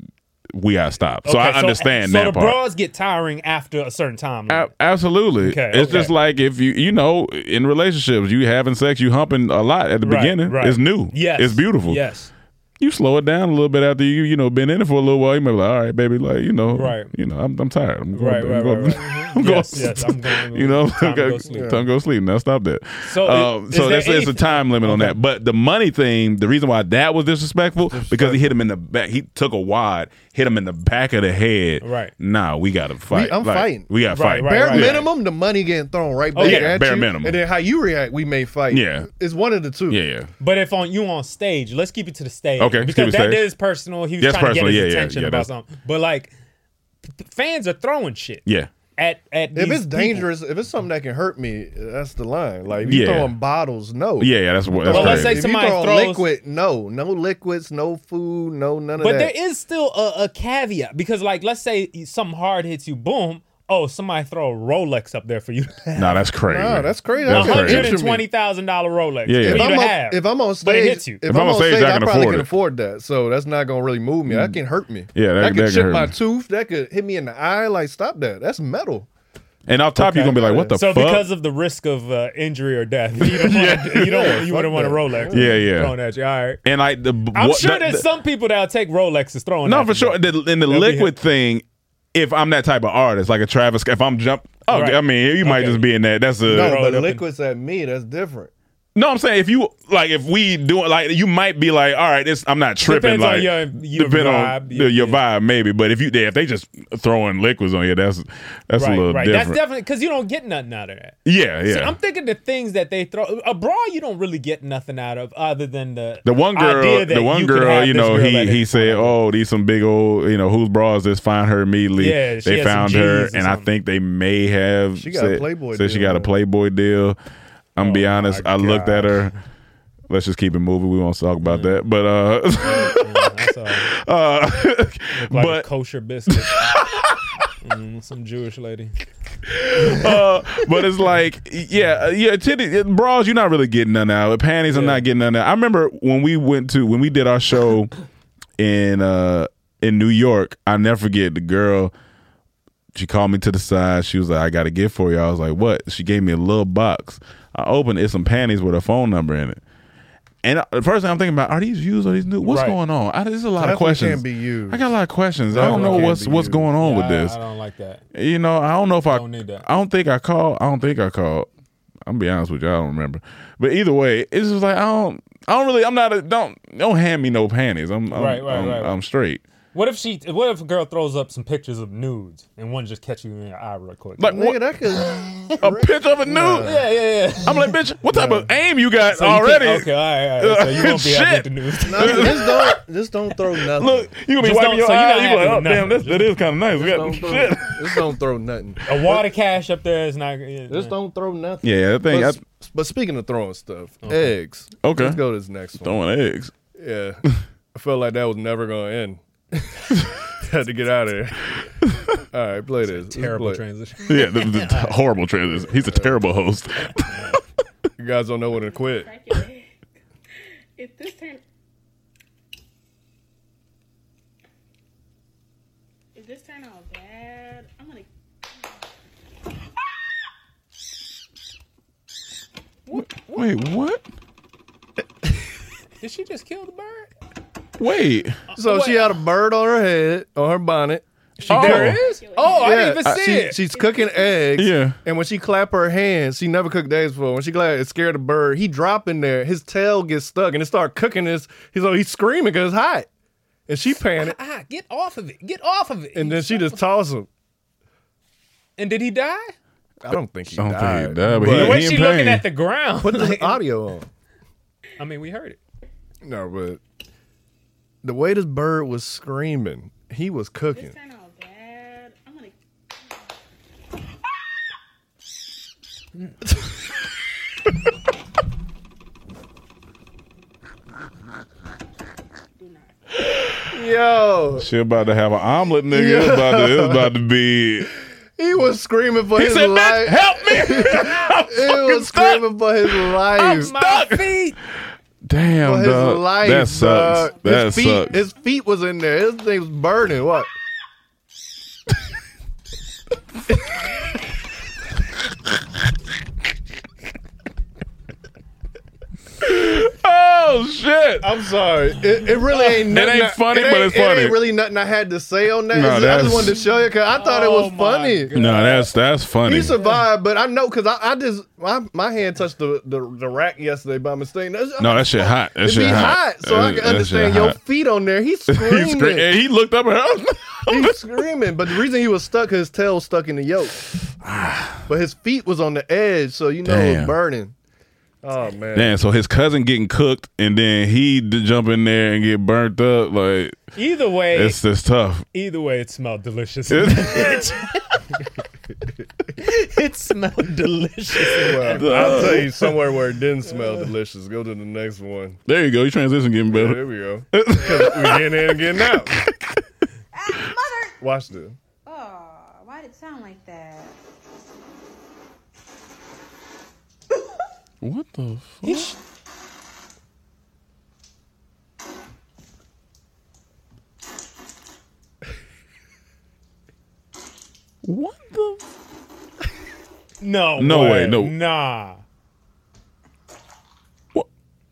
E: we gotta stop. So I understand
F: so,
E: that
F: the
E: part.
F: bras get tiring after a certain time.
E: A-
F: limit.
E: absolutely,
F: Okay,
E: it's
F: okay.
E: just like if you, you know, in relationships, you having sex, you humping a lot at the
F: Right,
E: beginning.
F: right.
E: It's new.
F: Yes.
E: it's beautiful.
F: Yes.
E: you slow it down a little bit after you, you know, been in it for a little while. You might be like, all right, baby, like, you know,
F: Right.
E: you know, I'm, I'm tired. I'm going,
F: Right,
E: I'm
F: right,
E: going-
F: right, right.
E: I'm going-
F: Yes, yes, I'm going-
E: you know,
F: time to
E: okay,
F: go sleep.
E: time to go sleep. Now stop that.
F: So
E: So,
F: is-
E: um,
F: is
E: so
F: there
E: that's it's a
F: anything-
E: time limit on that. But the money thing, the reason why that was disrespectful, because he hit him in the back. He took a wad, hit him in the back of the head.
F: Right.
E: Nah, we got to fight.
G: I'm
E: Like,
G: fighting.
E: We got to
F: Right,
E: fight.
F: right,
G: Bare
F: right.
G: minimum, the money getting thrown right back
E: Oh, yeah,
G: at
E: bare
G: you,
E: minimum.
G: And then how you react, we may fight.
E: Yeah.
G: It's one of the two.
E: Yeah, yeah.
F: But if on you on stage, let's keep it to the stage.
E: Okay, let's
F: Because
E: keep it
F: that
E: stage.
F: is personal. He was
E: Yes,
F: trying
E: personal.
F: to get
E: Yeah,
F: his
E: yeah,
F: attention
E: yeah,
F: about
E: that's-
F: something. But like p- fans are throwing shit.
E: Yeah.
F: At at
G: If
F: these
G: it's
F: people.
G: dangerous, if it's something that can hurt me, that's the line. Like if you
E: Yeah.
G: throwing bottles, no.
E: Yeah, yeah, that's what. That's
F: Well, let's
E: crazy.
F: say
G: if
F: somebody
G: you throw
F: throws-
G: liquid, no, no liquids, no food, no none of
F: But
G: that.
F: there is still a, a caveat because like let's say something hard hits you, boom. Oh, somebody throw a Rolex up there for you.
E: nah, that's crazy.
G: Nah, that's crazy.
E: That's
G: That's
E: crazy.
G: crazy.
F: $120,000 Rolex.
E: Yeah, yeah.
F: For
G: if
F: you
G: I'm,
F: to
G: on,
F: have.
G: if I'm on
F: But
G: stage,
F: it hits you.
G: if I'm on stage,
E: I
G: I,
E: can
G: probably
E: afford
G: can
E: it.
G: afford that. So that's not gonna really move me.
F: Hmm.
G: That can hurt me.
E: Yeah, that-
G: that,
E: that
G: could
E: can
G: chip
E: hurt
G: my
E: me.
G: tooth. That could hit me in the eye. Like stop that. That's metal.
E: And off top, you're gonna be like, what the
F: so
E: fuck?
F: because of the risk of uh, injury or death, you don't want to, you don't you wouldn't want a Rolex.
E: Yeah, yeah.
F: Thrown at you. All right.
E: and like the
F: I'm
E: what-
F: sure
E: the-
F: there's
E: the-
F: some people that'll take Rolexes thrown.
E: No,
F: at
E: for
F: you.
E: sure. The, and the
F: be
E: liquid thing, if I'm that type of artist, like a Travis, if I'm jump, oh,
F: Right.
E: I mean, you might
F: Okay.
E: just be in that. That's a
G: No,
E: no.
F: rolled up
G: but
F: in-
G: liquids at me. That's different.
E: I'm saying if you like, if we do it, like you might be like, all right, it's, I'm not tripping.
F: Depends on
E: like
F: your- your
E: depend
F: vibe,
E: on
F: yeah,
E: the- your
F: yeah.
E: vibe, maybe. But if you if they just throwing liquids on you, that's that's
F: Right,
E: a little
F: right.
E: different.
F: That's definitely because you don't get nothing out of that.
E: yeah, yeah.
F: See, I'm thinking the things that they throw a bra. You don't really get nothing out of other than the
E: the one
F: idea
E: girl,
F: that
E: the one
F: you could
E: girl,
F: have
E: you
F: this
E: know,
F: girl
E: he
F: at
E: he
F: it.
E: said, "Oh, these some big old, you know, whose bras this?" Find her immediately.
F: Yeah, she
E: they
F: had some
E: found her,
F: Gs or
E: and I
F: something.
E: think they may have
G: She got a
E: said-
G: Playboy
E: said she
G: deal,
E: got a
G: man.
E: Playboy deal. I'm be honest,
F: Oh my
E: I looked at
F: gosh.
E: her. Let's just keep it moving. We won't talk about that, but uh,
F: I saw it.
E: uh
F: Looked like a
E: but
F: kosher biscuit. Mm, some Jewish lady.
E: uh, but it's like, yeah, uh, yeah, titty, bras, you're not really getting none out. Panties, I'm not getting none out. I remember when we went to when we did our show in uh in New York. I never forget the girl. She called me to the side. She was like, "I got a gift for you." I was like, "What?" She gave me a little box. I opened it. It's some panties with a phone number in it. And uh, the first thing I'm thinking about are these used or these new? What's
F: Right.
E: going on? I, there's a lot of
G: Definitely
E: questions.
G: can be used.
E: I got a lot of questions. I don't
G: Definitely
E: know
G: can
E: what's
G: be
E: what's
G: used.
E: going on with this.
F: I, I don't like that.
E: You know, I don't know if I.
F: Don't need that.
E: I don't think I called. I don't think I called. I'm gonna be honest with you, I don't remember. But either way, it's just like I don't. I don't really. I'm not a don't. Don't hand me no panties. I'm, I'm
F: Right, right,
E: I'm,
F: right, right.
E: I'm straight.
F: What if she? What if a girl throws up some pictures of nudes and one just catch you in your eye real quick?
E: Like
G: Nigga,
E: what,
G: that could.
E: a picture of a nude.
F: yeah, yeah, yeah.
E: I'm like, bitch. What type of aim you got
F: So you
E: already?
F: can't- okay, all right, all right. So you won't be out with
E: Shit.
F: the news.
G: Nah, just don't. Just don't throw nothing.
E: Look, you gonna be
F: Just don't-
E: wiping your
F: so you're
E: eye.
F: not
E: You like,
F: happy
E: oh
F: with nothing.
E: damn, that's, that is kind of nice. We got
G: Don't throw,
E: shit.
G: just don't throw nothing.
F: A water cash up there is not. yeah,
G: Just don't throw nothing.
E: Yeah, that thing.
G: But,
E: I,
G: s- but speaking of throwing stuff, eggs.
E: Okay.
G: Let's go to this next one.
E: throwing eggs.
G: Yeah. I felt like that was never going to end. Had to get out of here. All right, play this. Let's
F: terrible
G: play.
F: transition.
E: Yeah, the, the horrible transition. He's a terrible host.
G: You guys don't know when to quit.
J: If this turn If this turn out bad, I'm gonna
E: Wait, what?
F: Did she just kill the bird?
E: Wait.
G: So she had a bird on her head, on her bonnet.
E: oh,
F: There is.
J: ridiculous.
F: Oh, I didn't
G: Yeah,
F: even see
G: she,
F: it.
G: she's cooking eggs.
E: Yeah.
G: And when she clap her hands, she never cooked eggs before. When she clap, it scared the bird. He drop in there, his tail gets stuck, and it start cooking. His he's like he's screaming because it's hot, and she panicked,
F: ah, get off of it. Get off of it.
G: and then she just toss him.
F: And did he die?
G: I don't think he
E: I don't think he died,
G: died.
E: but
G: but-
E: he-
F: The way
E: in
F: she looking
E: pain.
F: at the ground.
G: Put the audio on.
F: I mean, we heard it.
G: No, but the way this bird was screaming, he was
J: This
G: cooking.
J: turned out bad. I'm gonna.
G: Yo,
E: She about to have an omelet, nigga. It's about to, it's about to be.
G: he was screaming for
E: He
G: his
E: said, "Bitch,
G: life.
E: help me!"
G: he was screaming for his life.
F: My feet.
E: Damn,
G: for his
E: dog.
G: life.
E: that sucks.
G: dog.
E: That
G: his feet,
E: sucks.
G: His feet was in there. His thing was burning. What?
E: oh shit!
G: I'm sorry. It, it really ain't.
E: It
G: Nothing
E: ain't
G: I-
E: funny,
G: it
E: but
G: ain't-
E: it's
G: It
E: funny.
G: ain't really nothing I had to say on that.
E: No,
G: It's- I
E: that's-
G: just wanted to show you because I thought it
F: Oh,
G: was
F: my
G: funny.
F: God.
E: no, that's that's funny.
G: He survived, but I know because I, I just my, my hand touched the, the the rack yesterday by mistake. That's,
E: No, that shit hot. That
G: it
E: shit
G: be hot, so I
E: That- that
G: can
E: shit
G: understand your
E: hot.
G: feet on there. He's
E: He's
G: screaming.
E: great. And he looked up at her.
G: He's screaming, but the reason he was stuck, his tail was stuck in the yoke. But his feet was on the edge, so you know it
E: Damn.
G: was burning. Oh man.
E: Damn, so his cousin getting cooked, and then he d- jump in there and get burnt up. Like
F: Either way,
E: it's it's tough.
F: either way, it smelled delicious.
E: It's-
F: it smelled delicious.
G: Well, I'll tell you somewhere where it didn't smell delicious. Go to the next one.
E: there you go. Your transition getting
G: Yeah,
E: better.
G: there we go. we getting in and getting out.
J: Mother.
G: Watch this.
J: Oh, why did it sound like that?
E: What the fuck? What the?
F: No,
E: No way, no.
F: nah.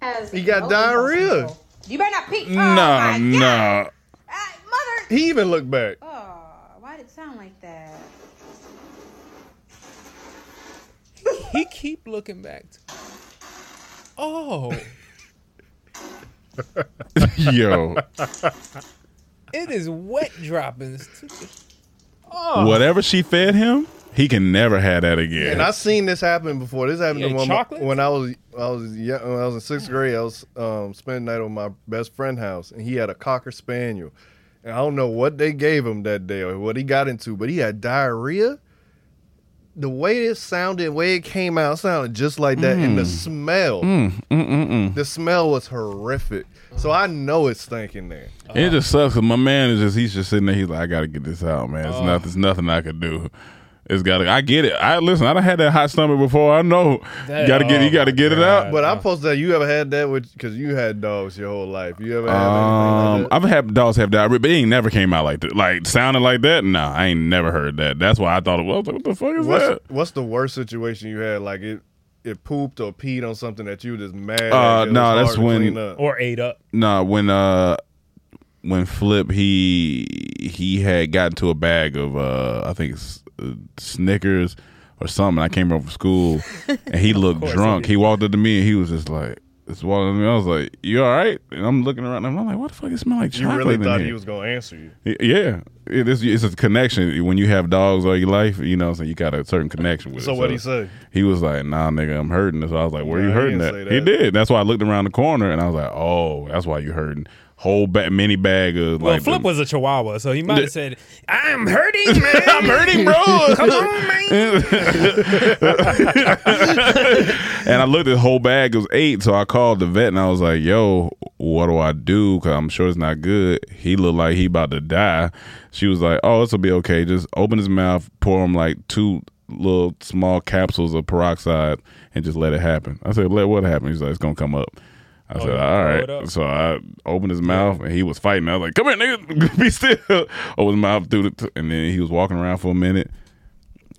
J: As
G: He
K: Oh,
G: got diarrhea.
J: You better not Oh peek.
E: Nah, nah.
J: mother.
G: He even looked back.
J: Oh, why did it sound like that?
F: He keep looking back. To- oh,
E: Yo,
F: it is wet droppings. to the- Oh,
E: whatever she fed him, he can never have that again.
G: And I seen this happen before. This happened
F: You
G: to
F: ate
G: one
F: chocolate?
G: when I was I was yeah, when I was in sixth grade. I was um, spending night on my best friend house, and he had a cocker spaniel. And I don't know what they gave him that day or what he got into, but he had diarrhea. The way it sounded, the way it came out, sounded just like that. And the smell, the smell was horrific. So I know it's stinking there.
E: It just sucks 'cause my man is just he's just sitting there. He's like, I gotta get this out, man. It's not there's nothing I could do. It's gotta. I get it. I listen. I done had that hot stomach before. I know.
F: That-
E: you gotta get.
F: oh
E: You gotta
F: my
E: get it
F: God.
E: out.
G: But I post that you ever had that with because you had dogs your whole life. You ever had anything
E: um,
G: like that?
E: I've had dogs have diarrhea, but it ain't never came out like that. Like sounded like that. Nah, I ain't never heard that. That's why I thought it was. I was like, what the fuck is that?
G: What's, what's the worst situation you had? Like it, it pooped or peed on something that you were just mad. at, it
E: Uh, nah,
G: was
E: that's
G: hard to
E: when-
G: clean up?
F: or ate up.
E: Nah, when uh when Flip he he had gotten to a bag of uh I think it's, uh, Snickers or something. I came home from school and he looked drunk. He, walked up to me and he was just like just walking up to me. I was like, "You all right?" And I'm looking around and I'm like, "What the fuck? It smell like
G: you
E: chocolate
G: really
E: in
G: thought
E: here."
G: he was gonna answer you.
E: Y- yeah. It is, it's a connection when you have dogs all your life. You know, so you got a certain connection with
G: So
E: it.
G: what'd he say?
E: He was like, "Nah, nigga, I'm hurting." So I was like, "Where
G: Nah,
E: you
G: he
E: hurting
G: didn't
E: that?
G: say
E: He
G: that.
E: did. That's why I looked around the corner and I was like, "Oh, that's why you hurting." Whole ba- mini bag of
F: Well,
E: like.
F: Flip
E: the-
F: was a Chihuahua, so he might
E: The-
F: have said, "I'm hurting, man.
E: I'm hurting, bro.
F: Come on, man."
E: and I looked at the whole bag. It was eight. So I called the vet and I was like, "Yo, what do I do? Cause I'm sure it's not good. He looked like he about to die." She was like, "Oh, this will be okay. Just open his mouth, pour him like two little small capsules of peroxide, and just let it happen." I said, "Let what happen?" He's like, "It's gonna come up." I said,
F: you Oh,
E: "All
F: throw
E: right."
F: it up.
E: So I opened his mouth and he was fighting. I was like, "Come here, nigga, be still." Opened his mouth, through the, and then he was walking around for a minute.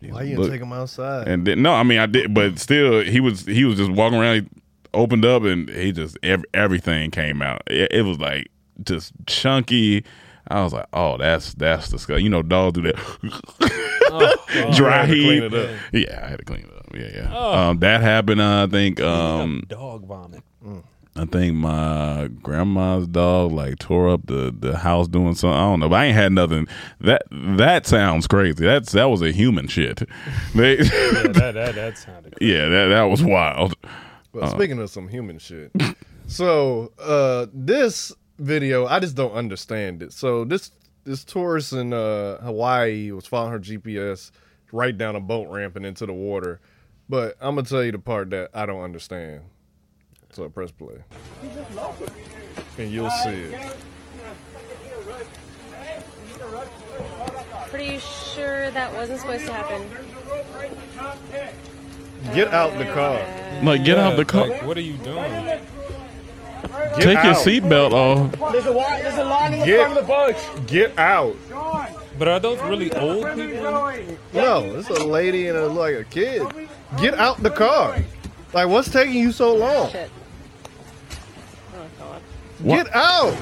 G: Why you didn't
E: Look-
G: take him outside?
E: and then, no, I mean I did, but still, he was he was just walking around. He opened up, and he just ev- everything came out. It, it was like just chunky. I was like, oh, that's that's disgusting. You know, dogs do that. Dry heat. Yeah, I had to clean it up. Yeah, yeah. Um, that happened. Uh, I think. Um,
F: Dog vomit.
E: I think my grandma's dog like tore up the, the house doing something. I don't know, but I ain't had nothing. That that sounds crazy. That's that was a human shit. They,
F: Yeah, that, that, that sounded crazy.
E: yeah, that that was wild.
G: But
E: Uh-huh.
G: speaking of some human shit, so uh, this video, I just don't understand it. So this this tourist in uh, Hawaii was following her GPS right down a boat ramp and into the water. But I'm gonna tell you the part that I don't understand. So press play, and you'll see it.
D: Pretty sure that wasn't supposed to happen.
G: Get out the car.
E: Like get out the car,
F: Like, what are you doing?
G: Get
E: take your
G: out.
E: seatbelt off.
K: There's a, wa- there's a line in the
G: Get-
K: front of the boat.
G: Get out.
F: But are those really old people?
G: No, it's a lady and a, like a kid. Get out the car. Like, what's taking you so long?
D: Shit. Oh, God.
E: What?
G: Get out.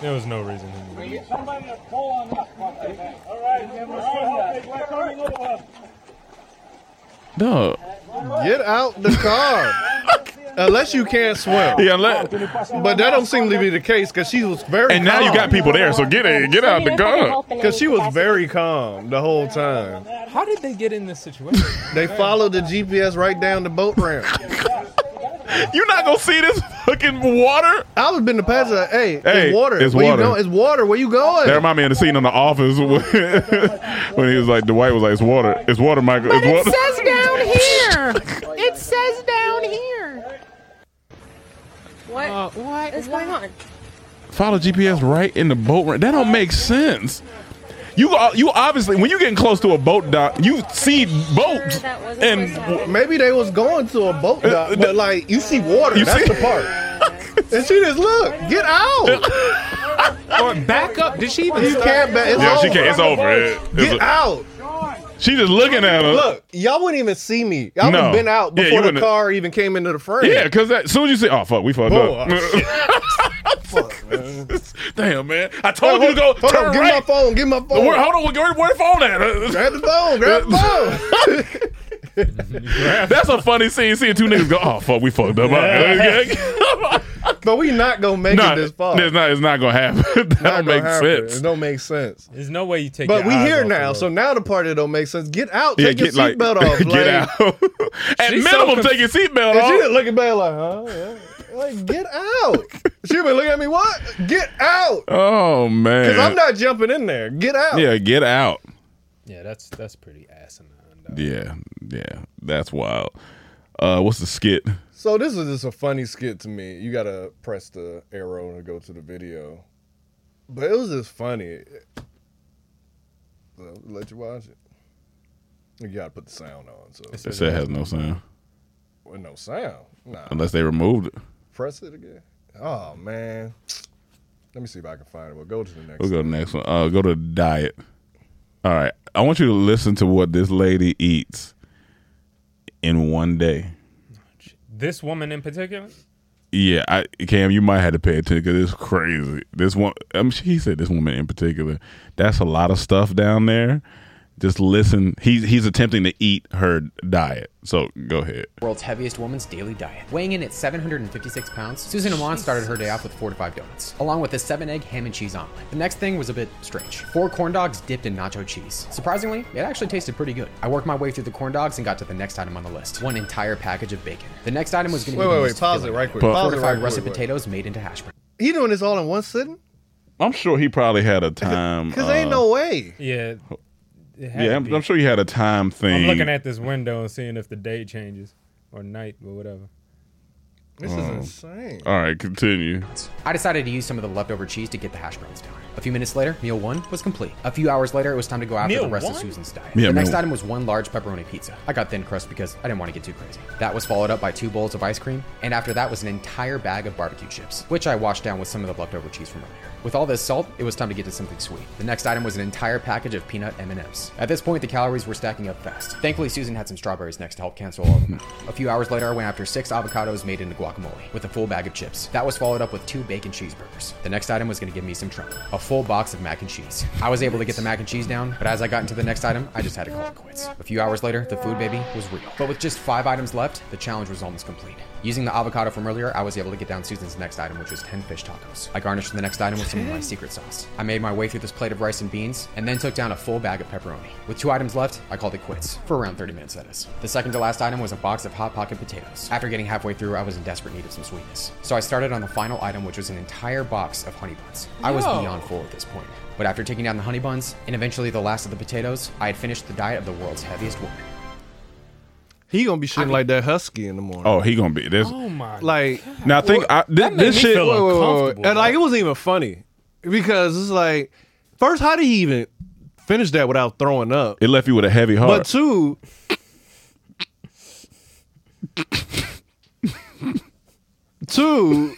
F: There was no reason. he would.
K: Somebody to pull on this fucking thing. All right,
E: Dog.
G: Get out the car. Unless you can't swim.
E: Yeah, let,
G: But that don't seem to be the case because she was very
E: and now you got
G: calm.
E: people there, so get in, get out the car.
G: Because she was very calm the whole time.
F: How did they get in this situation?
G: They followed the GPS right down the boat ramp.
E: You're not gonna see this fucking water.
G: I was been the passenger. like, Hey,
E: Hey,
G: it's water.
E: it's
G: Where
E: water.
G: You going? It's water. Where you going?
E: That remind me of the scene on The Office when, when he was like, Dwight was like, "It's water, it's water, Michael, it's water."
D: down here. It says down here. What? Uh, what is going on?
E: follow GPS right in the boat ramp. That don't make sense. You uh, you obviously when you getting close to a boat dock, you see boats
D: that wasn't supposed to
E: Oh, and
D: happen.
G: Maybe they was going to a boat dock,
E: uh,
G: but like you see water.
E: You
G: That's
E: see-
G: the part. And she just look. Get out.
F: or back up? Did she even
G: You can't. Ba- it's
E: yeah, she
G: over.
E: can't. It's over. It- it's
G: Get
E: a-
G: out.
E: she just looking at her.
G: Look, y'all wouldn't even see me. Y'all would
E: No.
G: have been out
E: Yeah, you
G: before the
E: wouldn't-
G: car even came into the frame.
E: Yeah, because as soon as you say, "Oh fuck, we fucked
G: Oh,
E: up."
G: oh,
E: Damn man, I told you to go
G: Hold
E: turn
G: on, give me my
E: right.
G: phone. Give me my phone.
E: Where, hold on, where, where the phone at?
G: Grab the phone. Grab the phone.
E: That's a funny scene. Seeing two niggas go, "Oh fuck, we fucked up."
G: but we not gonna make
E: no,
G: it this far.
E: it's not. It's not gonna happen. that
G: Not
E: don't make
G: gonna happen.
E: sense.
G: It don't make sense.
F: There's no way you take.
G: But
F: your
G: we
F: eyes
G: here
F: off the
G: now,
F: road.
G: so now the part that don't make sense. Get out. Take your seatbelt off.
E: get
G: like,
E: out. At
F: She's so
E: minimum,
F: conf-
E: take your seatbelt
G: And she
E: off.
G: didn't look at Bella like, huh? yeah. Like, get out. she been looking at me. What? Get out.
E: Oh man,
G: Because I'm not jumping in there. Get out.
E: Yeah, get out.
F: Yeah, that's that's pretty asinine. Though.
E: Yeah, yeah, that's wild. Uh, what's the skit?
G: So this is just a funny skit to me. You gotta press the arrow to go to the video, but it was just funny. So, let you watch it. You gotta put the sound on. So
E: It said it has no sound
G: with no sound, nah.
E: unless they removed it.
G: Press it again. Oh man, let me see if I can find it. We'll go to the next.
E: We'll go to the next one. Uh, go to diet. All right, I want you to listen to what this lady eats in one day.
F: This woman in particular.
E: Yeah, I Cam, you might have to pay attention because it's crazy. This one, I mean, he said this woman in particular. That's a lot of stuff down there. Just listen. He's he's attempting to eat her diet. So go ahead.
K: World's heaviest woman's daily diet. Weighing in at 756 pounds, Susan Amon started her day off with four to five donuts, along with a seven egg ham and cheese omelet. The next thing was a bit strange four corn dogs dipped in nacho cheese. Surprisingly, it actually tasted pretty good. I worked my way through the corn dogs and got to the next item on the list one entire package of bacon. The next item was going to
G: Wait,
K: be the
G: wait, wait.
K: most
G: Pause it
K: filling
G: right quick.
E: But-
G: Pause it right
K: Fortified
G: quick.
K: russet
G: Wait, wait.
K: potatoes made into hash browns.
G: He doing this all in one sitting?
E: I'm sure he probably had a time.
G: Cause
E: uh,
G: ain't no way.
F: Yeah. it had
E: Yeah,
F: to
E: I'm,
F: be.
E: I'm sure he had a time thing.
F: I'm looking at this window and seeing if the day changes or night or whatever.
G: This is insane.
F: mm.
E: All right, continue.
K: I decided to use some of the leftover cheese to get the hash browns down. A few minutes later, meal one was complete. A few hours later, it was time to go after
F: Meal
K: the rest of
F: one?
K: Susan's diet.
E: Yeah,
K: the next
E: meal-
K: item was one large pepperoni pizza. I got thin crust because I didn't want to get too crazy. That was followed up by two bowls of ice cream, and after that was an entire bag of barbecue chips, which I washed down with some of the leftover cheese from earlier. With all this salt, it was time to get to something sweet. The next item was an entire package of peanut M&Ms. At this point, the calories were stacking up fast. Thankfully, Susan had some strawberries next to help cancel all of them. out. A few hours later, I went after six avocados made into guacamole with a full bag of chips. That was followed up with two bacon cheeseburgers. The next item was going to give me some trouble: a full box of mac and cheese. I was able to get the mac and cheese down, but as I got into the next item, I just had to call it quits. A few hours later, the food baby was real. But with just five items left, the challenge was almost complete. Using the avocado from earlier, I was able to get down Susan's next item, which was 10 fish tacos. I garnished the next item with some of my secret sauce. I made my way through this plate of rice and beans, and then took down a full bag of pepperoni. With two items left, I called it quits, for around 30 minutes that is. The second to last item was a box of Hot Pocket potatoes. After getting halfway through, I was in desperate need of some sweetness. So I started on the final item, which was an entire box of honey buns. I was
D: Yo.
K: beyond full at this point. But after taking down the honey buns, and eventually the last of the potatoes, I had finished the diet of the world's heaviest woman.
G: He gonna be shitting like that husky in the morning.
E: Oh, he gonna be this.
F: Oh my.
G: Like
E: Now I think I, thi-
F: made
E: this
F: me
E: shit.
F: feel
G: wait, wait, wait, wait.
F: uncomfortable,
G: And like it wasn't even funny because it's like, first, how did he even finish that without throwing up?
E: It left you with a heavy heart.
G: But two, two,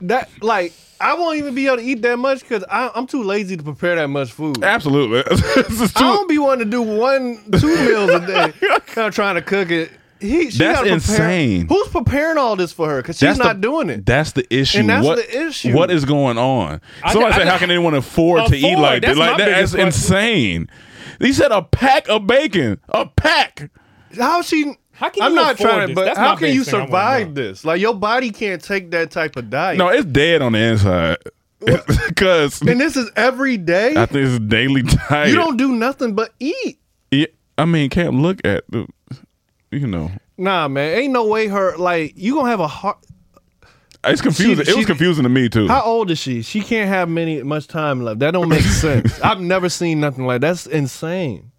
G: that like I won't even be able to eat that much because I'm too lazy to prepare that much food.
E: Absolutely, this is
G: I
E: too.
G: don't be wanting to do one two meals a day. Kind of trying to cook it. He, she
E: That's
G: gotta prepare-
E: insane.
G: Who's preparing all this for her? Because she's
E: the-
G: not doing it.
E: That's the issue.
G: And that's
E: what,
G: the issue.
E: What is going on?
F: I-
E: Somebody
F: I-
E: said, "How can anyone afford to eat
F: Afford,
E: like that?
F: that's
E: Like
F: my
E: that? That's
F: biggest question.
E: insane." He said, "A pack of bacon, a pack."
G: How she?
F: How can
G: I'm
F: you
G: not
F: afford
G: trying to,
F: this?
G: but
F: That's
G: how
F: my
G: can
F: biggest
G: you
F: thing I wanna
G: survive
F: know.
G: this? Like your body can't take that type of diet.
E: No, it's dead on the inside because
G: and this is every day.
E: I think it's daily diet.
G: you don't do nothing but eat.
E: Yeah, I mean, can't look at the, you know.
G: Nah, man, ain't no way her like you gonna have a heart.
E: It's confusing.
G: She-
E: it was
G: she-
E: confusing to me too.
G: How old is she? She can't have many much time left. That don't make sense. I've never seen nothing like that's insane.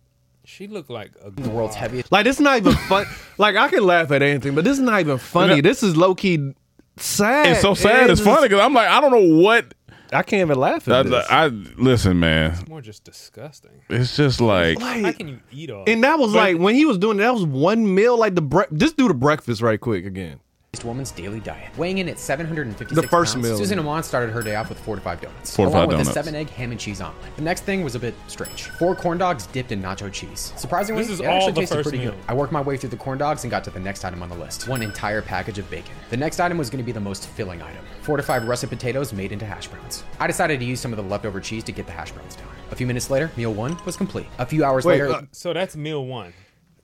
F: She looked like a
K: The world's heaviest
G: Like this is not even fun. like I can laugh at anything, but this is not even funny.
E: No.
G: This is low key sad.
E: it's so sad.
G: It
E: It's
G: is-
E: funny because I'm like, I don't know what.
G: I can't even laugh
E: I,
G: at this.
E: I listen, man.
F: more just disgusting.
E: It's just like
F: How
G: like,
F: can you eat all?
G: and that was
F: But-
G: like when he was doing it, that was one meal. Like the bre- just do the breakfast right quick again.
K: woman's daily diet. Weighing in at 756
G: The first
K: pounds,
G: meal.
K: Susan Amon started her day off with four to five donuts,
E: Four to
K: along
E: five
K: with a
E: donuts.
K: seven-egg ham and cheese omelet. The next thing was a bit strange: four corn dogs dipped in nacho cheese. Surprisingly,
F: This is
K: it
F: all
K: actually
F: the
K: tasted
F: first
K: pretty
F: meal.
K: good. I worked my way through the corn dogs and got to the next item on the list: one entire package of bacon. The next item was going to be the most filling item: four to five russet potatoes made into hash browns. I decided to use some of the leftover cheese to get the hash browns down. A few minutes later, meal one was complete. A few hours
G: Wait,
K: later,
G: uh,
F: So that's meal one.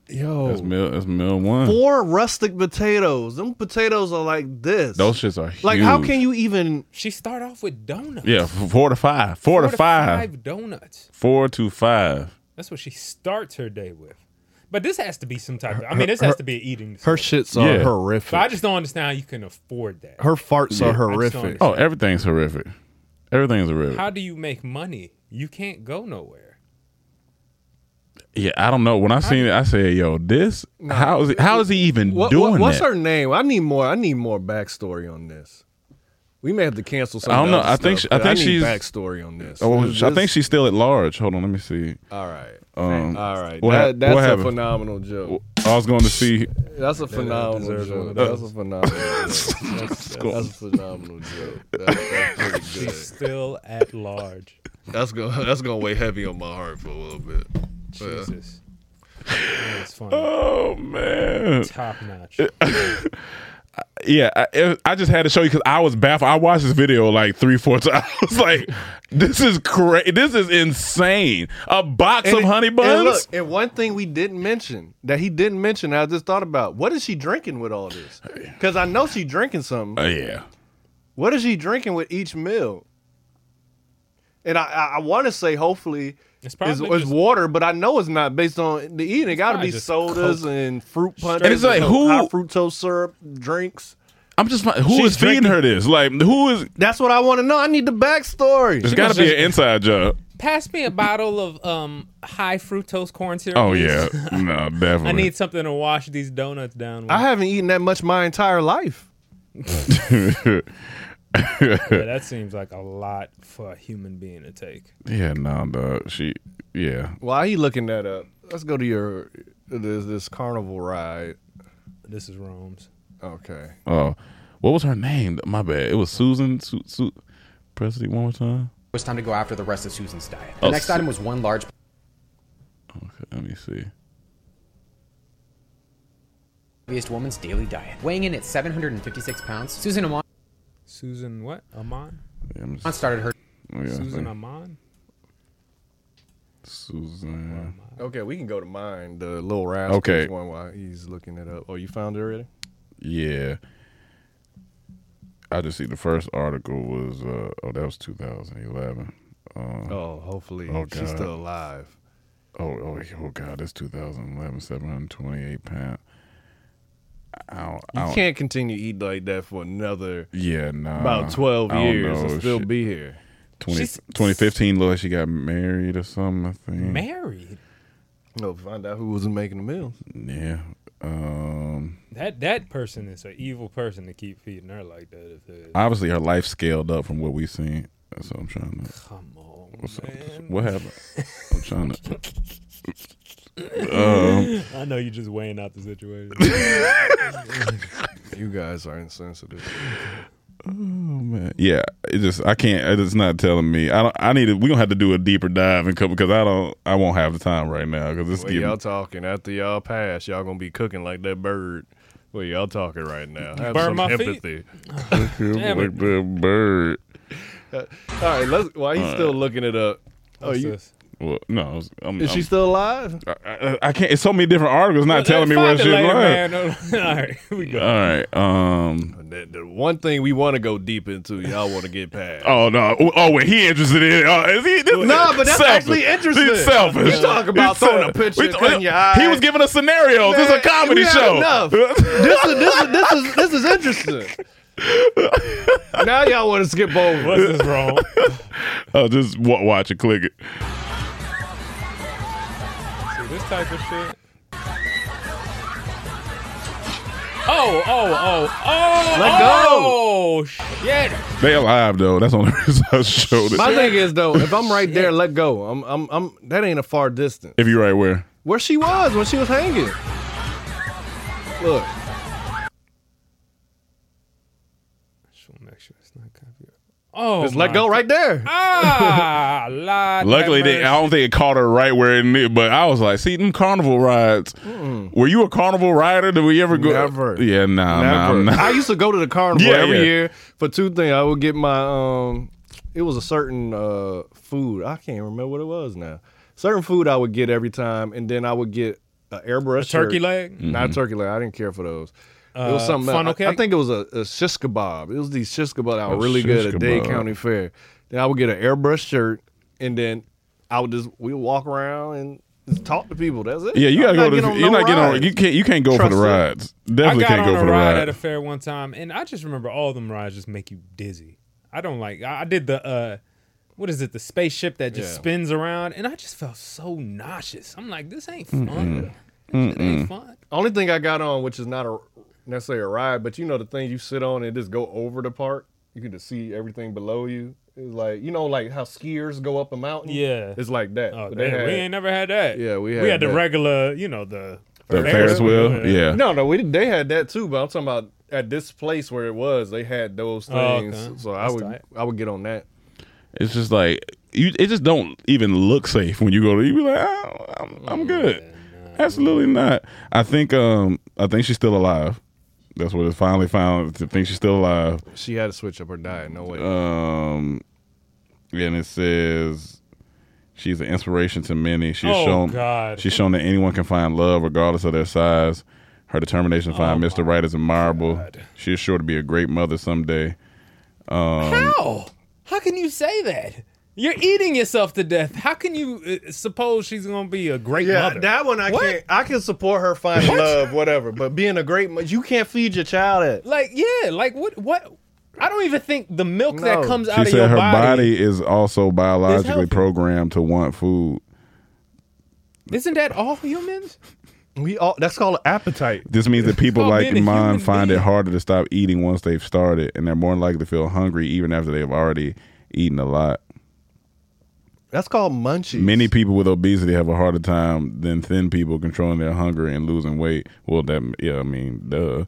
E: that's
G: Yo,
E: meal. That's meal one.
G: oh. four rustic potatoes. Them potatoes are like this.
E: Those shits are
G: like
E: huge.
G: how can you even?
F: She started off with donuts.
E: Yeah, f- four to five. Four, to five.
F: donuts.
E: Four to five.
F: That's what she starts her day with. But this has to be some type of. I mean, this has to be an eating.
G: Her
F: disorder.
G: shits
E: are
G: are
E: Yeah.
G: horrific.
F: But I just don't understand how you can afford that.
G: her farts are
F: I just don't
G: horrific.
F: understand.
E: Oh, everything's horrific. Everything's horrific.
F: How do you make money? You can't go nowhere.
E: yeah, I don't know. When I seen it, I said, "Yo, this. How is he, how is he even
G: What-
E: doing
G: what- what's
E: that?
G: her name? I need more. I need more backstory on this. We may have to cancel some.
E: I don't
G: of the
E: know.
G: other
E: I think
G: stuff,
E: she- I
G: but
E: think
G: need
E: she's-
G: backstory on this.
E: Oh,
G: This-
E: I think she's still at large. Hold on, let me see.
G: All right.
E: Um,
G: All right.
E: what
G: That-
E: hap-
G: that's
E: what
G: a
E: happened?
G: phenomenal joke.
E: I was going to see.
G: That's a phenomenal
F: deserves one
G: joke.
F: of
G: That's a phenomenal joke. That's,
E: Cool.
G: that's a phenomenal joke. That- that's pretty good.
F: Still at large.
G: That's gonna that's gonna weigh heavy on my heart for a little bit.
F: Jesus. That was funny.
E: Oh man.
F: Top notch.
E: Yeah, I, it- I just had to show you because I was baffled. I watched this video like three, four times. I was like, "This is crazy. This is insane. A box of
G: it-
E: honey buns."
G: And look, and one thing we didn't mention that he didn't mention, I just thought about, what is she drinking with all this? Because I know she drinking something.
E: Oh, yeah.
G: What is she drinking with each meal? And I, I, I want to say hopefully
F: It's
G: it's,
F: probably
G: it's
F: just-
G: water, but I know it's not based on the eating. It got to
F: probably
G: be
F: just
G: sodas
F: Coke.
G: and fruit punch.
E: And it's like, who-
G: high fructose syrup drinks?
E: I'm just like, who is
F: She's
E: feeding
F: drinking-
E: her this? Like, who is?
G: That's what I want to know. I need the backstory.
E: There's got
F: must
E: to be
F: just-
E: an inside job.
F: Pass me a bottle of um high fructose corn syrup.
E: Oh
F: please.
E: yeah, no, definitely.
F: I need something to wash these donuts down with.
G: I haven't eaten that much my entire life.
F: yeah, that seems like a lot for a human being to take.
E: Yeah, no, dog. She, yeah.
G: Why are you looking that up? Let's go to your this this carnival ride.
F: This is Rome's.
G: Okay.
E: Oh, what was her name? My bad. It was Susan. Su- Su- Presley, one more time.
K: It was time to go after the rest of Susan's diet. The
E: Oh,
K: next
E: Su-
K: item was one large
E: Okay, let me see.
K: obvious woman's daily diet. Weighing in at 756 pounds, Susan Amon
F: Susan what? Amon?
E: Yeah, I'm just-
K: started her
E: Yeah, I
F: Susan
E: think-
F: Amon?
E: Susan.
G: Okay, we can go to mine, the little rascals
E: Okay.
G: one while he's looking it up. Oh, you found it already?
E: Yeah. I just see the first article was uh oh that was 2011. Um,
G: Oh, hopefully
E: Oh,
G: she's
E: God.
G: still alive.
E: oh oh oh god, that's 2011 728 pound. Ow,
G: You
E: ow.
G: can't continue eating like that for another
E: Yeah, nah.
G: about twelve
E: Uh, I don't
G: years
E: know.
G: and still
E: She-
G: be here.
E: 20,
F: She's-
E: 2015 look like she got married or something, I think.
F: Married.
G: No, find out who wasn't making the meals.
E: Yeah. Um
F: That that person is an evil person to keep feeding her like that. If it-
E: obviously her life scaled up from what we've seen. That's what I'm trying to
F: Come on,
E: what's
G: Oh,
E: up?
F: man.
E: What happened? I'm trying to um
F: I know you're just weighing out the situation.
G: You guys are insensitive.
E: Oh, man. Yeah, it just I can't. It's not telling me. I don't. I need. to We gonna have to do a deeper dive and come because I don't. I won't have the time right now because it's
G: Well,
E: getting.
G: y'all talking after y'all pass, y'all gonna be cooking like that bird. Well, y'all talking right now. Have
F: Burn
G: some
F: my feet.
G: empathy.
F: Damn
E: like that bird.
G: All right, let's. Why he's still looking it up? Oh,
F: What's
G: you,
F: this?
E: Well, no, I was- I'm,
G: is
E: I'm-
G: she still alive?
E: I, I- I can't. It's so many different articles not telling me where
F: Find it
E: she's
F: later,
E: lying.
F: man. All right, here we
E: All
F: go.
E: right. Um.
G: The, the one thing we want to go deep into, y'all want to get past.
E: Oh no! Oh, when he interested in it? Oh, is he? This,
G: No, but that's actually interesting.
E: He's selfish.
G: You talk about
E: He's
G: throwing
E: self-
G: a picture,
E: We-
G: cutting your eye.
E: He was giving us scenarios. This
G: Man,
E: is a comedy
G: we had
E: show.
G: enough. this is this is this is this is interesting. now y'all want to skip over.
F: What's this wrong?
E: Oh, just wa- watch it, click it.
F: See, this type of shit. Oh, oh, oh, oh!
G: Let go.
F: Oh, shit!
E: They alive though. That's the only reason I showed it.
G: My thing is though, if I'm right there, let go. I'm I'm I'm. That ain't a far distance.
E: if you're right where.
G: Where she was when she was hanging. Look,
F: Just wanna make sure it's not copyright. Oh,
G: just let
F: my-
G: go right there.
F: Ah, Lord have
E: Luckily, they, I
F: mercy.
E: don't think it caught her right where it knew, but I was like, see, them carnival rides. Were you a carnival rider? Did we ever go?
G: Never.
E: Yeah, nah,
G: Never.
E: nah, nah.
G: I used to go to the carnival
E: Yeah,
G: every
E: yeah.
G: year for two things. I would get my um it was a certain uh food. I can't remember what it was now. Certain food I would get every time and then I would get an airbrush
F: turkey
G: shirt.
F: leg?
E: Mm-hmm.
G: Not turkey leg. I didn't care for those. it was
F: Uh,
G: something
F: funnel
G: else. I, I
F: cake?
G: think it was a, a shish kebab. It was these shish kebab that were
E: A
G: really good
E: shish
G: at Dade
E: kebab.
G: County Fair. Then I would get an airbrush shirt and then I would just we would walk around and just talk to people. That's it.
E: yeah, you gotta
G: I'm
E: go
G: not
E: to.
G: getting on
E: you're
G: no
E: not getting on.
G: rides.
E: You can't. You can't go
G: Trust
E: for
G: it.
E: the rides.
F: I
E: Definitely
F: got
E: can't
F: on
E: go
F: a
E: for the
F: ride
E: ride.
F: at a fair one time, and I just remember all them rides just make you dizzy. I don't like. I I did the uh, what is it? The spaceship that just
G: Yeah.
F: spins around, and I just felt so nauseous. I'm like, this ain't fun. This shit ain't fun.
G: Only thing I got on, which is not a necessarily a ride, but you know the thing you sit on and just go over the park. You can just see everything below you. It's like you know, like how skiers go up a mountain.
F: Yeah.
G: it's like that.
F: Oh,
G: But they
F: damn,
G: had-
F: we ain't never had that.
G: Yeah, we
F: we
G: had
F: had the
G: that.
F: regular, you know, the
E: the Ferris wheel. Yeah.
G: no, no, we didn't- they had that too. But I'm talking about at this place where it was, they had those
F: Oh,
G: things.
F: okay.
G: So I
F: That's
G: would,
F: tight.
G: I would get on that.
E: It's just like you. It just don't even look safe when you go to. You be like, oh, I'm,
G: Mm.
E: I'm good. Absolutely not. I think. Um. I think she's still alive. That's what it finally found. I think she's still alive.
G: She had to switch up her diet. No way.
E: Um, and it says she's an inspiration to many. She's
F: Oh,
E: shown
F: God.
E: she's shown that anyone can find love regardless of their size. Her determination to
F: Oh,
E: find Mr. Right is admirable. She is sure to be a great mother someday.
F: How? How can you say that? You're eating yourself to death. How can you uh, suppose she's gonna be a great mother?
G: one I
F: What?
G: I can support her finding love, whatever. But being a great, mo- you can't feed your child that.
F: like, yeah, like what? What? I don't even think the milk that
G: No.
F: comes
E: She
F: out of your
E: said her body,
F: body,
E: is also
F: healthy.
E: biologically programmed to want food.
F: isn't that all humans?
G: We all that's called appetite.
E: This means that people
G: Oh,
E: like
G: man, a
E: mine
G: human
E: find it
G: being.
E: harder to stop eating once they've started, and they're more likely to feel hungry even after they've already eaten a lot.
G: That's called munchies.
E: Many people with obesity have a harder time than thin people controlling their hunger and losing weight. Well, that yeah, I mean, duh.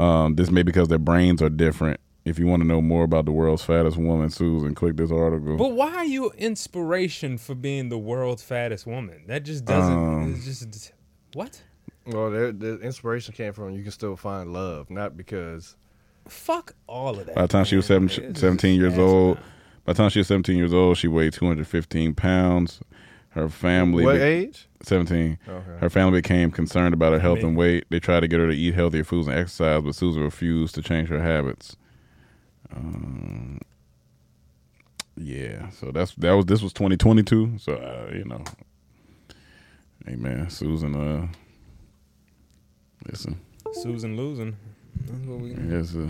E: Um, this may be because their brains are different. If you want to know more about the world's fattest woman, Susan, click this article.
F: But why are you inspiration for being the world's fattest woman? That just doesn't.
E: Um,
F: it's just what?
G: Well, the, the inspiration came from you can still find love, not because.
F: Fuck all of that.
E: By the time she was seven, 17 years old, by the time she was 17 years old, she weighed 215 pounds. Her family.
G: What age?
E: 17.
G: Okay.
E: Her family became concerned about her health and weight. They tried to get her to eat healthier foods and exercise, but Susan refused to change her habits. Um, yeah, so that's that was this was 2022. So uh, you know, hey man, Susan, uh, listen,
F: Susan losing. That's what we.
G: Mm-hmm.
E: yes. Uh,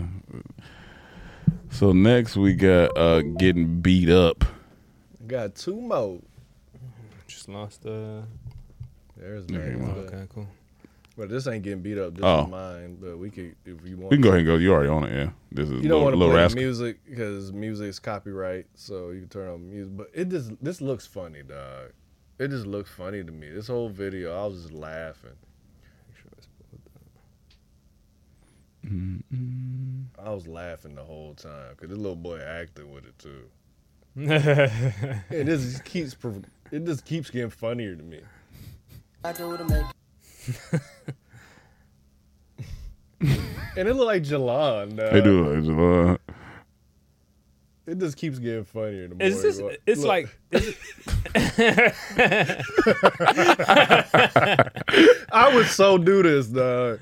E: so next we got uh getting beat up.
G: Got two more.
F: Just lost. Uh,
G: There's
E: Okay,
G: mine.
E: well.
G: but-
F: okay, cool.
G: But this ain't getting beat up. This
E: Oh.
G: is mine. But we could, if you want,
E: We can go ahead and go. You already on it, yeah. This is
G: You don't
E: little,
G: want to
E: little
G: play the
E: rascal.
G: music because music's copyright, so you can turn on music. But it just this looks funny, dog. It just looks funny to me. This whole video, I was just laughing. I was laughing the whole time because this little boy acting with it too. and this just keeps prov- it just keeps getting funnier to me.
L: I do to make
G: And it look like Jalon. Dog.
E: They do. It's, uh,
G: It just keeps getting funnier. The more
F: Is this?
G: it wa-
F: It's
G: Look.
F: like. Is it
G: I would so do this, dog.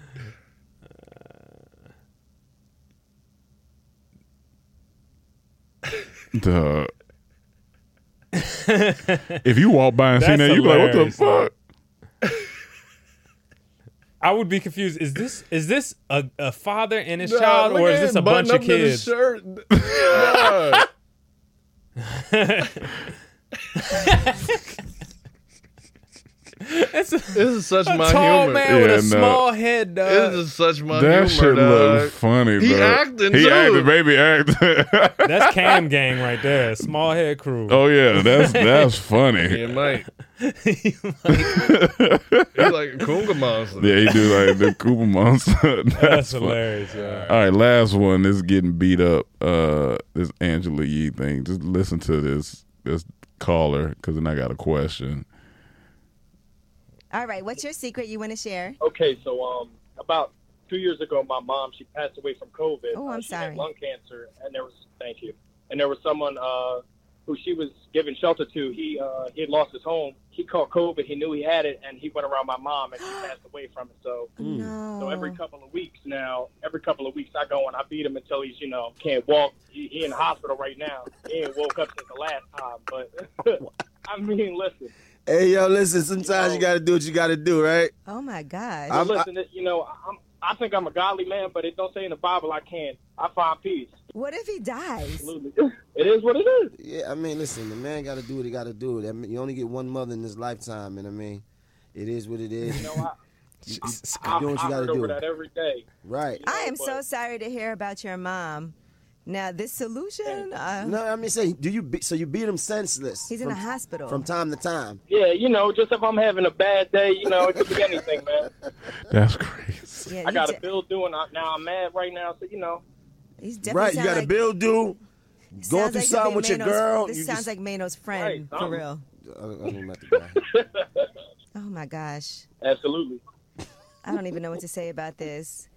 E: Duh. if you walk by and see
F: That's
E: that, you be like, what the
F: hilarious, though.
E: fuck?
F: I would be confused. Is this is this a, a father and his
G: Dog,
F: child,
G: look
F: or
G: at
F: is this
G: him
F: a bunch of
G: buttoned up to the
F: kids?
G: Shirt. Dog. this is such
F: a
G: my
F: tall
G: humor.
F: man with a small head, dog.
G: This is such my humor.
E: that shit
G: dog.
E: looks funny,
G: He
E: bro.
G: acting
E: He
G: too.
E: acting, baby acting.
F: That's Cam Gang right there. Small head crew.
E: oh yeah, that's that's funny.
G: Yeah, mate.
F: He's
G: He's like a Kunga monster.
E: Yeah, he do like the Koopa monster. that's
F: That's
E: funny.
F: hilarious. Yeah.
E: All right, last one. This is getting beat up. Uh, this Angela Yee thing. Just listen to this this caller, because then I got a question.
M: All right, what's your secret you want to share?
N: Okay, so um, about two years ago, my mom she passed away from COVID.
M: Oh, I'm
N: Uh, she had
M: sorry.
N: Lung cancer, and there was thank you, and there was someone uh, who she was giving shelter to. He uh, he had lost his home. He caught COVID. He knew he had it, and he went around my mom, and she passed away from it. So
K: Mm.
N: so every couple of weeks now, every couple of weeks I go and I beat him until he's you know can't walk. He, he in the hospital right now. He ain't woke up since the last time. But I mean, listen.
L: Hey yo, listen. Sometimes you gotta do what you gotta do, right?
M: Oh my gosh.
N: Well, listen, you know, I'm, I think I'm a godly man, but it don't say in the Bible I can. I find peace.
M: What if he dies?
N: It is what it is.
L: Yeah, I mean, listen. The man gotta do what he gotta do. That mean, you only get one mother in this lifetime, and I mean, it is what it is. You you- you
N: I,
L: do what
N: I
L: you gotta
N: heard over that
L: do.
N: every day.
L: Right.
M: I am so sorry to hear about your mom. Now, this solution, uh,
L: No, I mean, say, do you be, so you beat him senseless?
M: He's in the hospital.
L: from time to time.
N: Yeah, you know, just if I'm having a bad day, you know, it could be anything, man.
E: That's crazy.
N: I got a bill due, and I, now I'm mad right now, so you know.
M: he's
L: right,
M: definitely
L: you
M: sound
L: got a
M: like-
L: bill due.
M: sounds
L: Going through
M: like
L: something with your
M: Mano's-
L: girl.
M: This
L: you
M: sounds
L: just-
M: like Mano's friend,
L: Right,
M: for
L: something.
M: real.
L: I, I don't like the guy.
M: Oh my gosh.
N: Absolutely.
M: I don't even know what to say about this.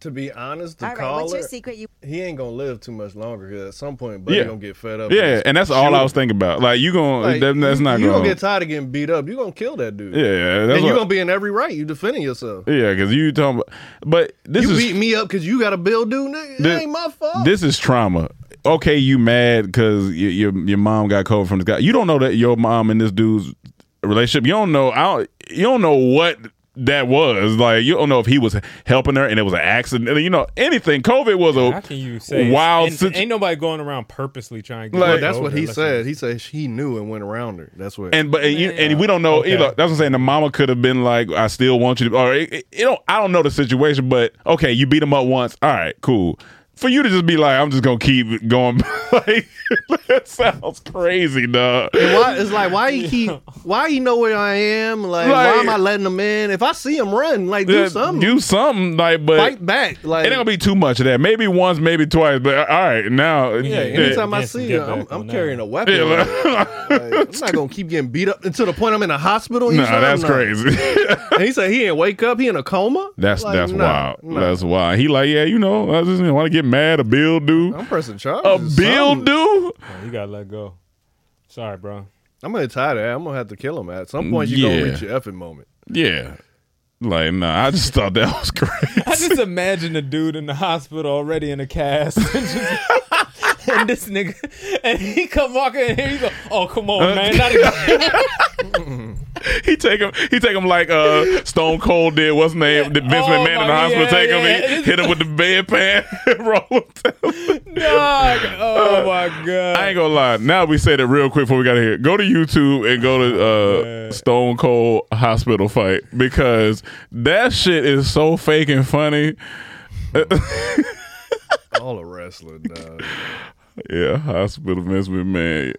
G: To be honest, the
M: All right,
G: caller,
M: what's your secret you
G: he ain't gonna live too much longer because at some point, buddy
E: Yeah.
G: gonna get fed up.
E: Yeah, and that's all I was thinking about. Like you gonna
G: Like,
E: that, that's
G: you,
E: not
G: you
E: gonna.
G: gonna get tired of getting beat up. You gonna kill that dude.
E: yeah, yeah, that's
G: and you
E: what-
G: gonna be in every right. You defending yourself.
E: yeah, because you talking. About, but this
G: you
E: is
G: beat me up because you got a bill due, nigga.
E: This-
G: it ain't my fault.
E: This is trauma. Okay, you mad because your, your your mom got COVID from this guy. You don't know that your mom and this dude's relationship. You don't know. I don't, you don't know what that was like you don't know if he was helping her and it was an accident. You know anything? COVID was a
F: How can you say
E: wild
F: and,
E: situation.
F: Ain't nobody going around purposely trying to. Get
G: Well,
F: her
G: that's
F: over
G: what he
F: unless-
G: said. He said he knew and went around her. That's what.
E: And but and, you, and we don't know
G: Okay.
E: either. That's what I'm saying. The mama could have been like, "I still want you to." Or it, it- it don't. I don't know the situation, but okay, you beat him up once. All right, cool. For you to just be like, "I'm just gonna keep going," like that sounds crazy, dog.
G: And why, it's like why he keep why he know where I am? Like, why
E: Like-
G: am I letting him in? If I see him run, like do
E: Yeah,
G: something.
E: Do something, like, but
G: Fight back, like-
E: it ain't gonna be too much of that. Maybe once, maybe twice, but uh, all right, now,
G: yeah, anytime I see him, I'm, I'm carrying a weapon.
E: Yeah,
G: like, I'm not gonna keep getting beat up until the point I'm in the hospital. You
E: Nah,
G: sure?
E: that's
G: I'm not.
E: crazy.
G: and he said he didn't wake up. He in a coma.
E: That's
G: Like,
E: that's
G: nah,
E: wild.
G: nah.
E: That's wild. He like, yeah, you know, I just want to get mad. A bill do.
G: I'm pressing charges.
E: A
G: or
E: bill
G: something.
E: do.
F: Oh, you gotta let go. Sorry, bro.
G: I'm gonna tie that. I'm gonna have to kill him at some point. You
E: Yeah.
G: gonna reach your effing moment.
E: Yeah. Like, nah, I just thought that was crazy.
F: I just imagine a dude in the hospital already in a cast, and, just- and this nigga, and he come walking in here. You go, oh come on, man, not again.
E: he take him. He take him like uh, Stone Cold did. What's his name? The Vince
F: Oh,
E: McMahon in
F: my-
E: the hospital.
F: yeah,
E: take him.
F: yeah.
E: and hit him with the bedpan. roll him
F: Dog. Oh my god.
E: I ain't gonna lie. Now we said it real quick before we got here. Go to YouTube and go to uh, Stone Cold Hospital fight because that shit is so fake and funny.
G: All a wrestler does.
E: yeah, hospital mess with man.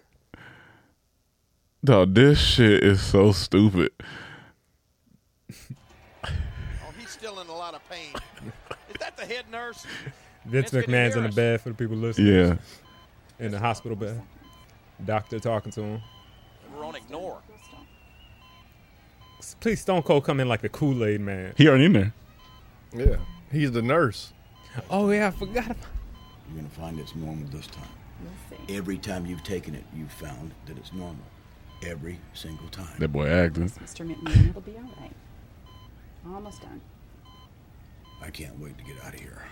E: Dog, this shit is so stupid.
B: He's still in a lot of pain. Is that the head nurse?
F: Vince
B: good to
F: McMahon's
B: hear
F: in the
B: us.
F: bed for the people listening.
E: Yeah.
F: In the hospital bed. Doctor talking to him.
B: We're on ignore.
F: Please, Stone Cold come in like the Kool Aid man.
E: He already in there.
G: Yeah, he's the nurse.
F: Oh yeah, I forgot. About-
O: You're gonna find it's normal this time. Every time you've taken it, you've found that it's normal. Every single time.
E: That boy acting.
P: Mr. McMahon, it'll be all right. Almost done.
O: I can't wait to get out of here.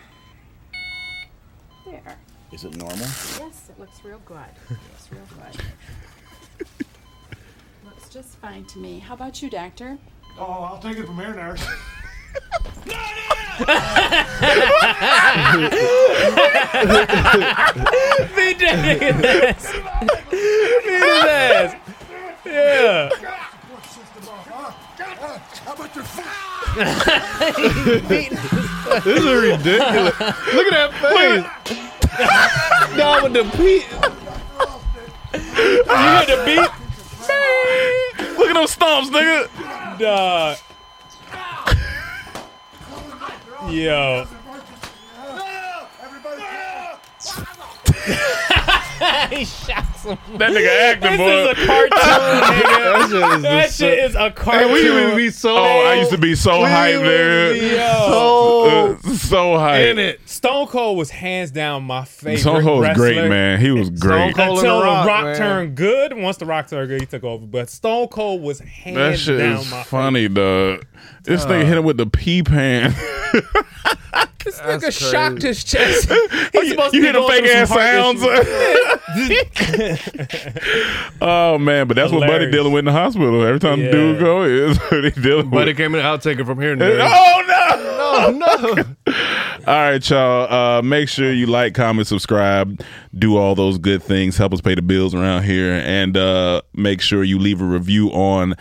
P: There.
O: Is it normal?
P: Yes, it looks real good. Looks real good. looks just fine to me. How about you, doctor? Oh, I'll take it from here, nurse.
F: Beat that nigga's ass. Beat his ass. Yeah.
G: this is ridiculous. Look at that face. no, with the beat.
F: You hear the beat?
E: Look at those stomps, nigga.
F: Dog. Yo. he shots him.
E: That nigga acting,
F: This is
E: boy.
F: a cartoon, nigga.
G: That shit is
F: That
G: just-
F: shit is a
G: And
F: cartoon.
G: we would be so.
E: Oh, I used to be so
G: we
E: hyped,
G: would
E: nigga.
G: be
E: Uh,
G: so-
E: so hyped.
G: in it.
F: Stone Cold was hands down my favorite.
E: Stone Cold was
F: wrestler.
E: great, man. He was great.
F: Until
G: The
F: the
G: Rock,
F: Rock,
G: man.
F: turned good. Once the Rock turned good, he took over. But Stone Cold was hands
E: That shit
F: down
E: is
F: my
E: funny, dog. This
F: Dog.
E: thing hit him with the pee pan.
F: This nigga shocked his chest. He's supposed
E: you
F: to be
E: hear the
F: going
E: fake
F: through some
E: ass
F: heart
E: sounds? oh man, but that's what Buddy
G: Hilarious.
E: dealing with in the hospital. Every time the dude
G: Yeah.
E: go, is what he dealing
G: Buddy
E: with.
G: came in. I'll take it from here.
E: Hey,
G: Nerd.
E: oh,
G: no! No, no!
E: All right, y'all. Uh, make sure you like, comment, subscribe, do all those good things. Help us pay the bills around here, and uh, make sure you leave a review on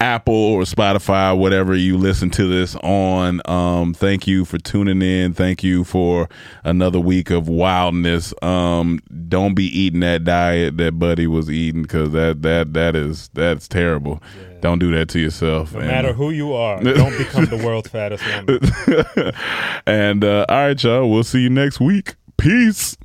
E: Apple or Spotify, whatever you listen to this on. Um, thank you for tuning in. Thank you for another week of wildness. Um, don't be eating that diet that Buddy was eating because that that that is that's terrible. Don't do that to yourself.
F: No
E: And-
F: matter who you are, don't become the world's fattest woman.
E: and uh, all right, y'all. We'll see you next week. Peace.